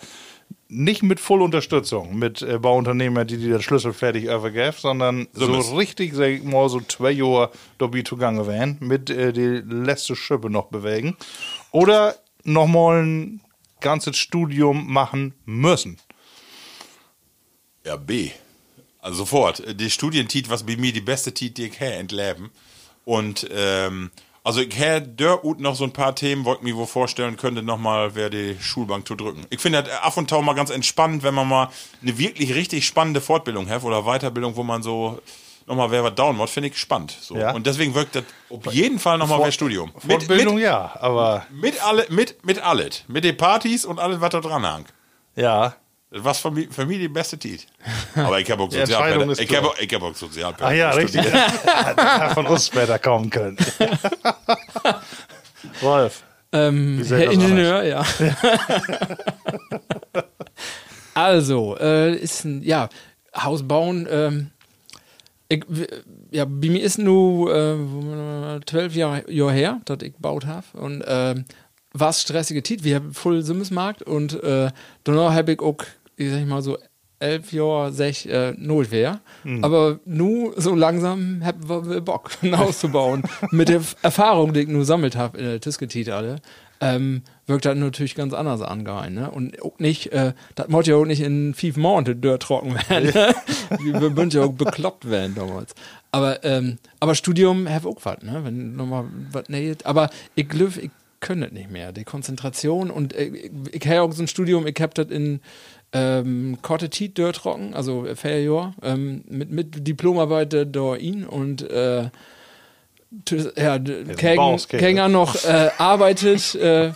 Speaker 3: nicht mit Fullunterstützung mit äh, Bauunternehmern, die dir den Schlüssel fertig übergeben, sondern so,
Speaker 1: ist.
Speaker 3: richtig, sag ich mal, so zwei Jahre dabei zugange wären, mit äh, die letzte Schippe noch bewegen. Oder nochmal ein ganzes Studium machen müssen.
Speaker 1: Ja, B. Also sofort. Die Studientiet, was bei mir die beste Tiet, die ich her entleben. Und ähm, also ich her dör ut noch so ein paar Themen, wollte mir wo vorstellen, könnte nochmal, wer die Schulbank zu drücken. Ich finde das ab und tau mal ganz entspannt, wenn man mal eine wirklich richtig spannende Fortbildung hat oder Weiterbildung, wo man so nochmal wer was down macht, finde ich spannend. So.
Speaker 3: Ja.
Speaker 1: Und deswegen wirkt das auf jeden Fall nochmal wer Studium. Mit,
Speaker 3: Fortbildung
Speaker 1: mit,
Speaker 3: ja, aber
Speaker 1: mit alle, mit, mit alles. Mit den Partys und alles, was da dran hangt.
Speaker 3: ja.
Speaker 1: Das war für mich, für mich die beste Tiet. Aber ich habe auch
Speaker 3: Entscheidung ist
Speaker 1: Sozialpädagogik. Ich
Speaker 3: klar.
Speaker 1: habe auch- ich habe auch Sozialpädagogik.
Speaker 3: Ah ja, richtig.
Speaker 1: studiert.
Speaker 3: Hat von uns später kommen können. Wolf.
Speaker 5: Ähm,
Speaker 3: seht
Speaker 5: Herr
Speaker 3: das anders?
Speaker 5: Ingenieur, ja. also, äh, ist ein, ja, Haus bauen, ähm, ich, w- ja, bei mir ist nur äh, 12 Jahre Jahr her, dass ich gebaut habe und ähm, war es stressige Zeit, wir haben voll Simmesmarkt und äh, danach habe ich auch, ich sag mal so, elf Jahre, sech, äh, null wär. Aber nur so langsam hab wir Bock, ein Haus zu bauen. Mit der F- Erfahrung, die ich nur sammelt habe in der Tisketit alle, ähm, wirkt das natürlich ganz anders angeheim, ne? Und auch nicht, äh, das muss ja auch nicht in fünf Monaten dörr trocken werden. ne? wir würden ja auch bekloppt werden damals. Aber, ähm, aber Studium hab auch was, ne? Wenn nochmal was näht. Aber ich glaube, ich können das nicht mehr. Die Konzentration und äh, ich, ich habe auch so ein Studium, ich habe das in ähm, Korte Tiet Dirt Rocken, also äh, Fairjahr, ähm, mit, mit Diplomarbeit äh, da ihn und äh, Tü- ja, Känger
Speaker 3: Baus, Känger.
Speaker 5: Känger noch äh, arbeitet äh,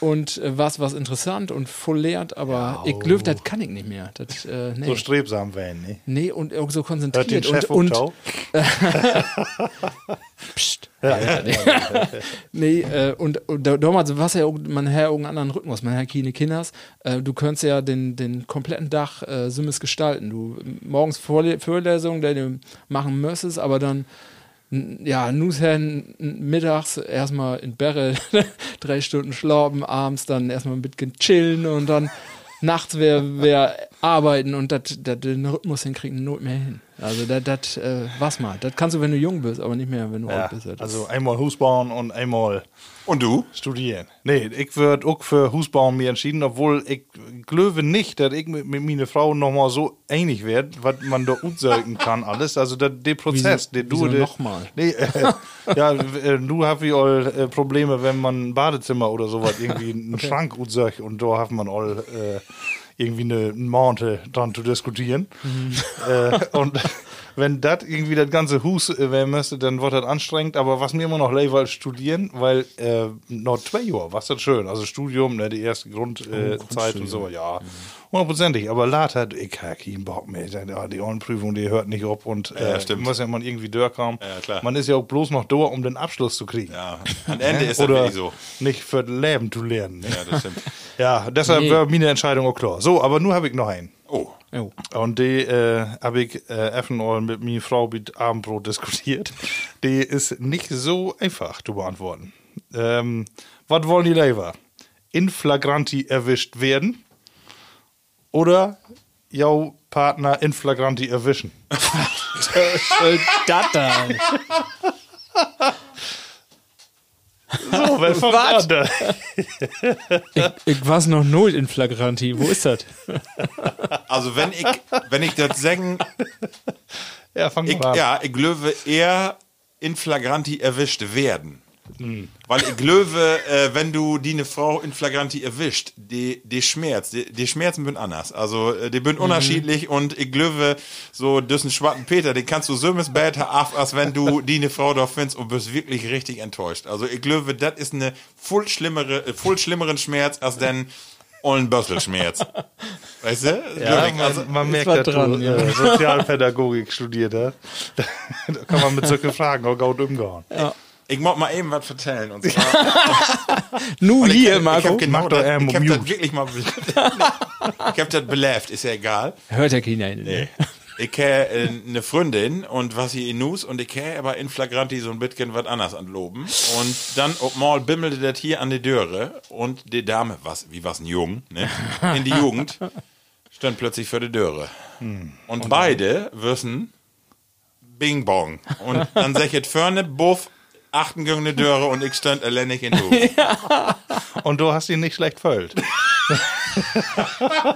Speaker 5: und äh, was was interessant und volllehrt, aber ich glaub, das kann ich nicht mehr. Das, äh, nee.
Speaker 3: oh. So strebsam werden, ne?
Speaker 5: nee, und auch so
Speaker 3: Hört den
Speaker 5: konzentriert
Speaker 3: Chef
Speaker 5: und, und
Speaker 3: hochtau.
Speaker 5: Psst. nee, äh, und, und da- damals war es ja, auch- man hat ja irgendeinen anderen Rhythmus, man hat keine Kinders. Äh, du könntest ja den, den kompletten Tag äh, Simmes gestalten. Du m- morgens Vorle Vorlesung, die du machen müsstest, aber dann n- ja, Nushen mittags erstmal in Berre, drei Stunden schlauben, abends dann erstmal ein bisschen chillen und dann nachts wer, wer arbeiten und dat, dat den Rhythmus hinkriegen, not mehr hin. Also das, dat, äh, was mal, das kannst du, wenn du jung bist, aber nicht mehr, wenn du
Speaker 3: Ja,
Speaker 5: alt bist. Das-
Speaker 3: also einmal Hus bauen und einmal
Speaker 1: Und du?
Speaker 3: studieren. Nee, ich würde auch für Hus bauen mir entschieden, obwohl ich glaube nicht, dass ich mit, mit meiner Frau nochmal so einig werde, was man da umsetzen kann alles. Also der, der Prozess,
Speaker 5: Wieso-
Speaker 3: der du...
Speaker 5: wieso
Speaker 3: der-
Speaker 5: noch mal?
Speaker 3: Nee, äh, ja, äh, du hast wie all äh, Probleme, wenn man ein Badezimmer oder sowas, irgendwie einen Schrank umsagt und da hat man all... Äh, irgendwie eine Monte dran zu diskutieren.
Speaker 1: Mhm.
Speaker 3: Äh, und wenn das irgendwie das ganze Hus äh, werden müsste, dann wird das anstrengend. Aber was mir immer noch leid war, ist studieren, weil äh, noch zwei Jahre war das schön. Also Studium, ne, die erste Grundzeit äh,
Speaker 1: Oh,
Speaker 3: Zeit und so, ja.
Speaker 1: Mhm.
Speaker 3: Hundertprozentig. Aber later, ich habe keinen Bock mehr. Ich sag, ah, Die Ohrenprüfung, die hört nicht auf und äh,
Speaker 1: Ja, stimmt.
Speaker 3: muss ja man irgendwie durchkommen.
Speaker 1: Ja, klar.
Speaker 3: Man ist ja auch bloß noch da, um den Abschluss zu kriegen.
Speaker 1: Ja, am Ende ist das
Speaker 3: Oder
Speaker 1: wirklich so.
Speaker 3: nicht für das Leben zu lernen. Ne?
Speaker 1: Ja, das stimmt.
Speaker 3: Ja, deshalb
Speaker 5: Nee.
Speaker 3: war meine Entscheidung auch klar. So, aber nun habe ich noch einen.
Speaker 1: Oh,
Speaker 5: Jo.
Speaker 3: Und die äh, habe ich äh, effen all mit meiner Frau mit Abendbrot diskutiert. Die ist nicht so einfach zu beantworten. Ähm, was wollen die Lever? In flagranti erwischt werden oder jou Partner in flagranti erwischen?
Speaker 5: das dann?
Speaker 3: So, wer fängt
Speaker 5: Was?
Speaker 3: an da?
Speaker 5: Ich war noch null in Flagranti. Wo ist das?
Speaker 1: also wenn ich, wenn ich das sagen,
Speaker 3: Ja, fang
Speaker 1: ich,
Speaker 3: mal an.
Speaker 1: ja, ich glaube eher in flagranti erwischt werden.
Speaker 3: Hm.
Speaker 1: Weil ich glaube, äh, wenn du die eine Frau in flagranti erwischt, die, die Schmerz, die, die Schmerzen sind anders. Also, äh, die sind
Speaker 3: Mhm.
Speaker 1: unterschiedlich und ich glaube, so, diesen schwarzen Peter, den kannst du so miss besser af, als wenn du die eine Frau da findest und bist wirklich richtig enttäuscht. Also, ich glaube, das ist eine voll schlimmere, äh, voll schlimmeren Schmerz als den ollen Bösselschmerz. Weißt du? Glaub
Speaker 3: Ja,
Speaker 1: ich.
Speaker 3: man,
Speaker 1: also,
Speaker 3: man merkt,
Speaker 5: war
Speaker 3: dass
Speaker 5: dran,
Speaker 3: du
Speaker 5: ja.
Speaker 3: äh, Sozialpädagogik studiert hast. Da, kann man mit solchen Fragen auch gut umgehen.
Speaker 1: ich mag mal eben was vertellen. Und zwar,
Speaker 5: Nu
Speaker 1: Und ich-
Speaker 5: hier,
Speaker 1: Ich
Speaker 5: Marco.
Speaker 1: hab genau
Speaker 3: Mach doch
Speaker 1: das,
Speaker 3: eher
Speaker 1: ich hab
Speaker 3: mute.
Speaker 1: das wirklich mal. ich hab das beläft, ist ja egal.
Speaker 5: Hört ja keiner. Nee.
Speaker 1: Ich kenne äh, eine Freundin und was sie in News und ich kenne aber in Flagranti so ein bisschen was anders anloben. Und dann ob mal bimmelte das hier an die Döre und die Dame, was, wie was ein Jung, ne? in die Jugend, stand plötzlich vor der Döre. Und beide wissen, Bing Bong. Und dann sag ich jetzt vorne, Buff, achten gegen die Döre und ich stand alleinig in News.
Speaker 3: Und du hast ihn nicht schlecht füllt.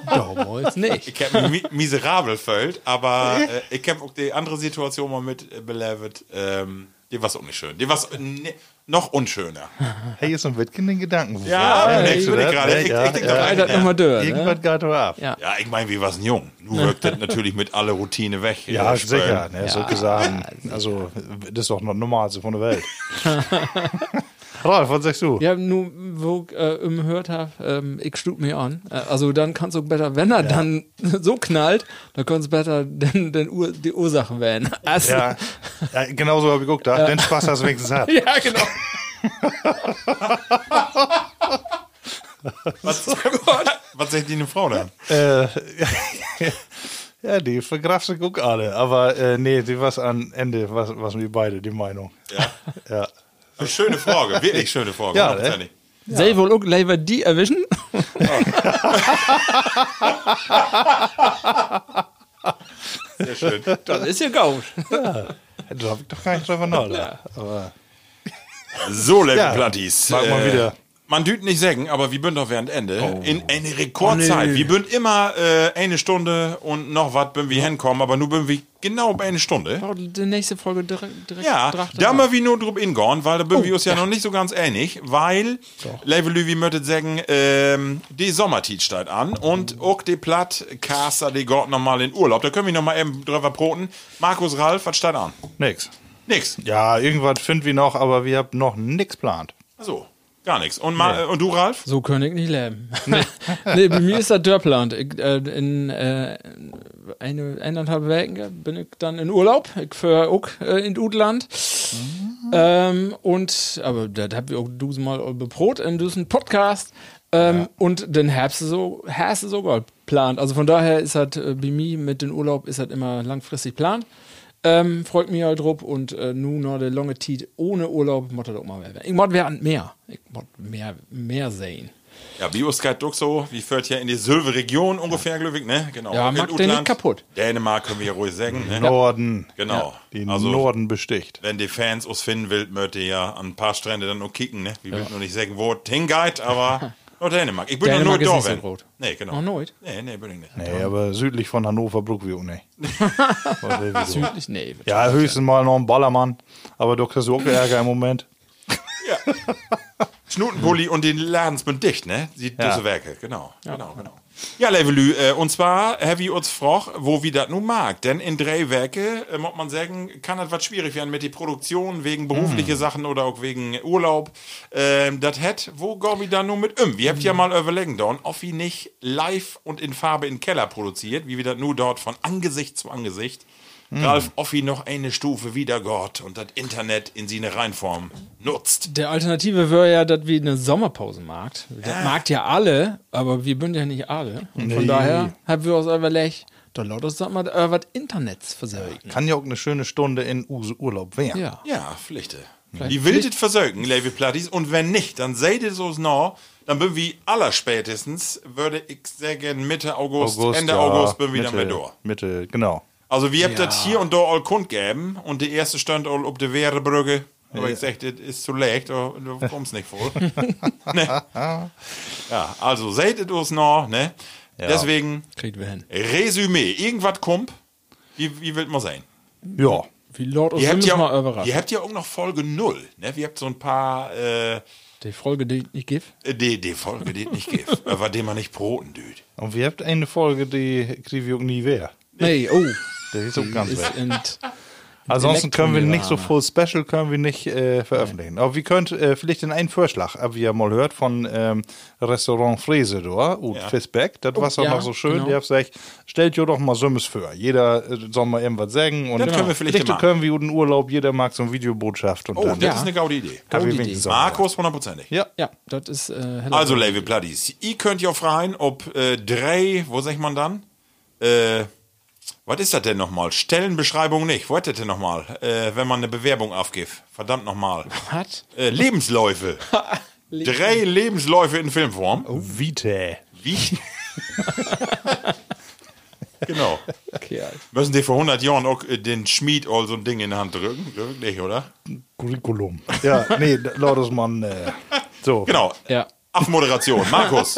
Speaker 5: Damals nicht.
Speaker 1: Ich habe mi miserabel fällt, aber äh, ich habe auch die andere Situation mal mit äh, belebt. Ähm, die war auch nicht schön. Die war noch unschöner.
Speaker 3: Hey, ist ein Wittgen den Gedanken.
Speaker 1: Ja, ja, ich bin
Speaker 3: das?
Speaker 1: ne, gerade. Ich,
Speaker 3: Ah, Ja,
Speaker 1: ich denk
Speaker 3: ja.
Speaker 1: doch
Speaker 5: Alter,
Speaker 1: rein,
Speaker 5: ja. nochmal dör. Ne?
Speaker 3: Irgendwas geht doch ab.
Speaker 5: Ja.
Speaker 1: Ja, ich meine, wir waren jung. Nun wirkt das natürlich mit aller Routine weg.
Speaker 3: Ja,
Speaker 1: Äh,
Speaker 3: sicher,
Speaker 1: Spöll.
Speaker 3: ne, so gesagt. Also, das ist doch noch Normalste von der Welt. Ralf, was sagst du?
Speaker 5: Ja, nur, wo ich äh, im gehört habe, ähm, ich stut mir an. Äh, also dann kannst du besser, wenn er dann so knallt, dann kannst du besser den, den Ur die Ursachen wählen. Also,
Speaker 3: Ja, ja genau so habe ich geguckt. Ja. Den Spaß hast du wenigstens gehabt.
Speaker 5: ja, genau.
Speaker 1: Was,
Speaker 5: Oh
Speaker 1: was sagt die eine Frau da?
Speaker 3: Äh, ja, die vergraf sich auch alle. Aber äh, nee, die was am Ende, was, was wir beide, die Meinung.
Speaker 1: Ja.
Speaker 3: Ja.
Speaker 1: Aber Schöne Frage, wirklich schöne Frage.
Speaker 3: Ja, ne?
Speaker 1: hundertprozentig.
Speaker 5: Sei wohl auch gleich bei die erwischen.
Speaker 1: Sehr schön.
Speaker 5: Das ist ja gut.
Speaker 3: Da habe ich doch gar nicht drüber nachgedacht. Aber
Speaker 1: So, Level
Speaker 3: Ja,
Speaker 1: Platties.
Speaker 3: mag mal wieder. Oh.
Speaker 1: Man düht nicht sägen, aber wir bünd doch während Ende. In eine Rekordzeit. Wir bünd immer äh, eine Stunde und noch was bünd wir hinkommen, aber nur bünd wir genau bei eine Stunde.
Speaker 5: Die nächste Folge direkt. direkt
Speaker 1: Ja,
Speaker 5: drachte
Speaker 1: da
Speaker 5: nach.
Speaker 1: mal wie nur drüber ingorn, weil da
Speaker 5: Oh,
Speaker 1: bünd wir uns ja, noch nicht so ganz ähnlich, weil Level Lüwi möchte sägen, ähm, die Sommertit steht an
Speaker 5: Mhm.
Speaker 1: und auch die Plattcaster, die gott nochmal in Urlaub. Da können wir nochmal eben drüber broten. Markus Ralf, was steht an?
Speaker 3: nix.
Speaker 1: Nix.
Speaker 3: Ja, irgendwas finden wir noch, aber wir haben noch nichts geplant.
Speaker 1: Also, gar nichts. Und, Ma- äh, und du, Ralf?
Speaker 5: So kann ich nicht leben. Nee, bei mir ist das Dörpland. Ich, äh, in äh, eine, eineinhalb Wochen bin ich dann in Urlaub. Ich fahre auch äh, in Utland. Ähm, und, aber das habt ihr auch tausendmal beprot in diesem Podcast. Ähm, Und dann hast du so, hast du sogar geplant. Also von daher ist das äh, bei mir mit dem Urlaub ist das immer langfristig geplant. Ähm, freut mich halt drauf und äh, nun noch der lange Tiet ohne Urlaub muss das auch mal werden. Ich muss werden mehr. Ich muss mehr, mehr sehen.
Speaker 1: Ja, Biosky Duxo, wie führt hier in die Silve-Region ungefähr, Glückwig, ne? Genau.
Speaker 5: Ja,
Speaker 1: In
Speaker 5: macht den
Speaker 1: Utland.
Speaker 5: nicht kaputt.
Speaker 1: Dänemark können wir ja ruhig sagen, ne?
Speaker 3: Norden.
Speaker 1: Genau.
Speaker 3: Den
Speaker 1: also,
Speaker 3: Norden besticht.
Speaker 1: wenn die Fans uns finden, wild möchte ja an ein paar Strände dann nur kicken, ne? Wir würden nur nicht sagen, wo es hingeht, aber nur Dänemark. Ich bin ja nur
Speaker 5: Dänemark ist
Speaker 1: da,
Speaker 5: nicht so
Speaker 1: wenn.
Speaker 5: groß.
Speaker 1: nee, genau.
Speaker 5: Noch nooit?
Speaker 1: Nee, nee, bin ich nicht.
Speaker 3: Nee, aber südlich von Hannover Bruck wir auch nicht. Was will wir so?
Speaker 5: Südlich? Nee.
Speaker 3: ja, höchstens mal noch ein Ballermann. Aber du kriegst auch Ärger im Moment.
Speaker 1: Schnutenpulli und den Laden sind dicht, ne? Die
Speaker 3: Ja.
Speaker 1: diese Werke, genau. Genau, genau. Ja, Levelü, äh, und zwar Heavy uns froch, wo wie das nun mag. Denn in drei Werke, äh, muss man sagen, kann das was schwierig werden mit die Produktion, wegen berufliche
Speaker 3: Mhm.
Speaker 1: Sachen oder auch wegen Urlaub. Ähm, das hätt, wo go wie da nun mit um? Wir habt
Speaker 3: Mhm.
Speaker 1: ja mal überlegen, Don, ob wie nicht live und in Farbe in Keller produziert, wie wir das nur dort von Angesicht zu Angesicht.
Speaker 3: Mhm.
Speaker 1: Ralf Offi noch eine Stufe wieder Gott und das Internet in seine Reinform nutzt.
Speaker 5: Der Alternative wäre ja, dass wir eine Sommerpause magt. Das
Speaker 1: Ah.
Speaker 5: magt ja alle, aber wir sind ja nicht alle. Und von daher haben wir uns überlegt, da lautet uns doch mal äh, was Internets versorgen.
Speaker 3: Kann ja auch eine schöne Stunde in Use Urlaub werden.
Speaker 5: Ja.
Speaker 1: Ja, Pflichte. Die wildet versögen, Levi Plattis. Und wenn nicht, dann seht ihr so's noch. Dann bin wie allerspätestens, würde ich sagen, Mitte August, Ende
Speaker 3: ja,
Speaker 1: August bin wieder
Speaker 3: Mitte,
Speaker 1: mit da.
Speaker 3: Mitte, genau.
Speaker 1: Also wir habt das hier und da all kundgeben und der erste stand all ob der Wehrbrücke. Aber ich sag, das ist zu leicht, oh, du kommst nicht vor. ne? Ja, also seht ihr uns noch, ne? Deswegen,
Speaker 5: Kriegt wir hin.
Speaker 1: Resümee, irgendwas kommt, wie, wie will man sein?
Speaker 3: Ja.
Speaker 5: Wie Lord of
Speaker 1: Ihr habt,
Speaker 5: Sims
Speaker 1: ja,
Speaker 5: mal
Speaker 1: ihr
Speaker 5: überrascht.
Speaker 1: habt ja auch noch Folge 0. Ne? Ihr habt so ein paar, äh,
Speaker 5: Die Folge, die ich nicht gebe.
Speaker 1: die, die Folge, die es nicht gibt, aber die man nicht broten düht.
Speaker 3: Und wir habt eine Folge, die kriegen wir auch nie wer.
Speaker 5: Nee, oh.
Speaker 3: Das ist auch ganz
Speaker 5: Ist
Speaker 3: weg.
Speaker 5: ent,
Speaker 3: Ansonsten können wir nicht so
Speaker 5: Elektronirvana.
Speaker 3: full special können wir nicht äh, veröffentlichen. Aber wir könnt äh, vielleicht in einen Vorschlag, haben wir ja mal gehört von ähm, Restaurant Frese da und
Speaker 1: Ja.
Speaker 3: Fisbeck. Das war
Speaker 5: ja,
Speaker 3: noch so schön.
Speaker 5: genau.
Speaker 3: Die haben gesagt, stellt ihr doch mal Summes für. Jeder äh, soll mal irgendwas sagen und Genau.
Speaker 1: Das können wir vielleicht machen.
Speaker 3: können wir guten Urlaub, jeder mag so eine Videobotschaft und
Speaker 1: Oh,
Speaker 3: dann
Speaker 1: das
Speaker 5: Ja.
Speaker 1: ist eine gaude Idee.
Speaker 3: haben wir
Speaker 5: Idee.
Speaker 3: wenigstens auch
Speaker 1: Markus, hundertprozentig.
Speaker 3: Ja.
Speaker 5: Ja, das ist. Äh, heller-
Speaker 1: Also, Level Bloodies, ihr könnt ja fragen, ob äh, drei, wo sagt man dann? Äh, was ist das denn nochmal? Stellenbeschreibung nicht. Was ist das denn nochmal? Äh, wenn man eine Bewerbung aufgibt. Verdammt nochmal.
Speaker 5: Hat?
Speaker 1: Äh, Lebensläufe. drei Lebensläufe in Filmform.
Speaker 3: "Oh, Vitae.
Speaker 1: Wie? genau.
Speaker 5: Okay, halt.
Speaker 1: Müssen die vor 100 Jahren auch äh, den Schmied all so ein Ding in die Hand drücken? Wirklich, oder?
Speaker 3: Curriculum. Ja, nee, Laudes Mann. Äh, so.
Speaker 1: Genau.
Speaker 5: Ja.
Speaker 1: Abmoderation. Markus.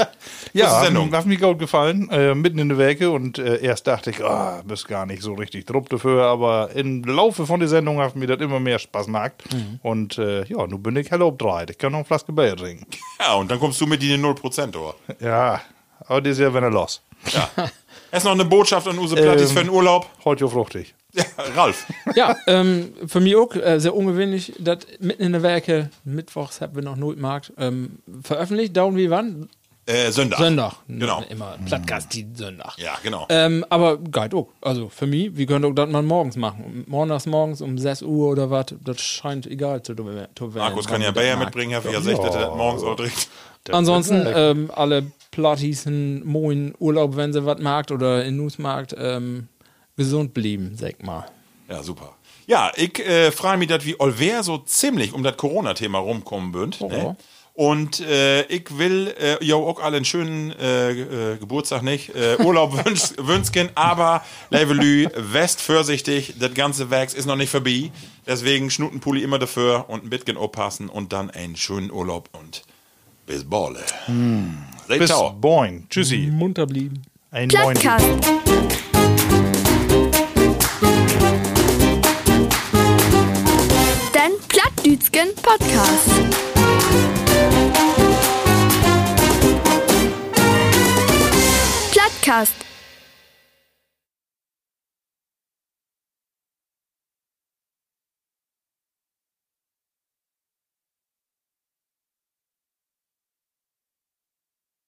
Speaker 3: Ja,
Speaker 1: große Sendung.
Speaker 3: hat mir gut gefallen, äh, mitten in der Werke und äh, erst dachte ich, ah, bist gar nicht so richtig drupp dafür, aber im Laufe von der Sendung hat mir das immer mehr Spaß gemacht und äh, ja, nun bin ich hello breit, ich kann noch eine Flasche Bier trinken.
Speaker 1: Ja, und dann kommst du mit in den 0% Tor.
Speaker 3: Ja, aber das ist ja, wenn er los.
Speaker 1: Erst noch eine Botschaft an Use Plattis
Speaker 3: Ähm.
Speaker 1: für den Urlaub.
Speaker 3: Heute ja fruchtig.
Speaker 1: Ja, Ralf.
Speaker 5: Ja, ähm, für mich auch äh, sehr ungewöhnlich, dass mitten in der Werke, mittwochs haben wir noch Notmarkt, ähm, veröffentlicht, down wie wann?
Speaker 1: Äh, Söndag.
Speaker 5: Sonntag.
Speaker 1: Genau.
Speaker 5: Immer Plattgast, die Sonntag.
Speaker 1: Ja, genau.
Speaker 5: Ähm, aber geil auch. Also für mich, wir können auch das mal morgens machen. Um- Morgens morgens um 6 Uhr oder was, das scheint egal zu werden. Also,
Speaker 1: Markus kann ja Bayer mitbringen, Herr Fier, sagt, dass er das morgens auch trinkt.
Speaker 5: Ansonsten ähm, alle Plattis in Moin Urlaub, wenn sie was magt oder in Newsmarkt, ähm, gesund blieben, sag mal.
Speaker 1: Ja, super. Ja, ich äh, frage mich, dass wie Olver so ziemlich um das Corona-Thema rumkommen bünd. Ne? Und äh, ich will äh, ja auch allen schönen äh, äh, Geburtstag nicht, äh, Urlaub wünsch, wünschen, aber Levelü, West vorsichtig, das ganze Werks ist noch nicht vorbei. Deswegen Schnutenpulli immer dafür und ein bisschen aufpassen und dann einen schönen Urlaub und bis bald. Seid
Speaker 3: Bis
Speaker 1: tau.
Speaker 3: Boin. Tschüssi.
Speaker 5: Munter blieben.
Speaker 3: Ein Moin.
Speaker 2: Plattkast. Dein Plattdütschen Podcast.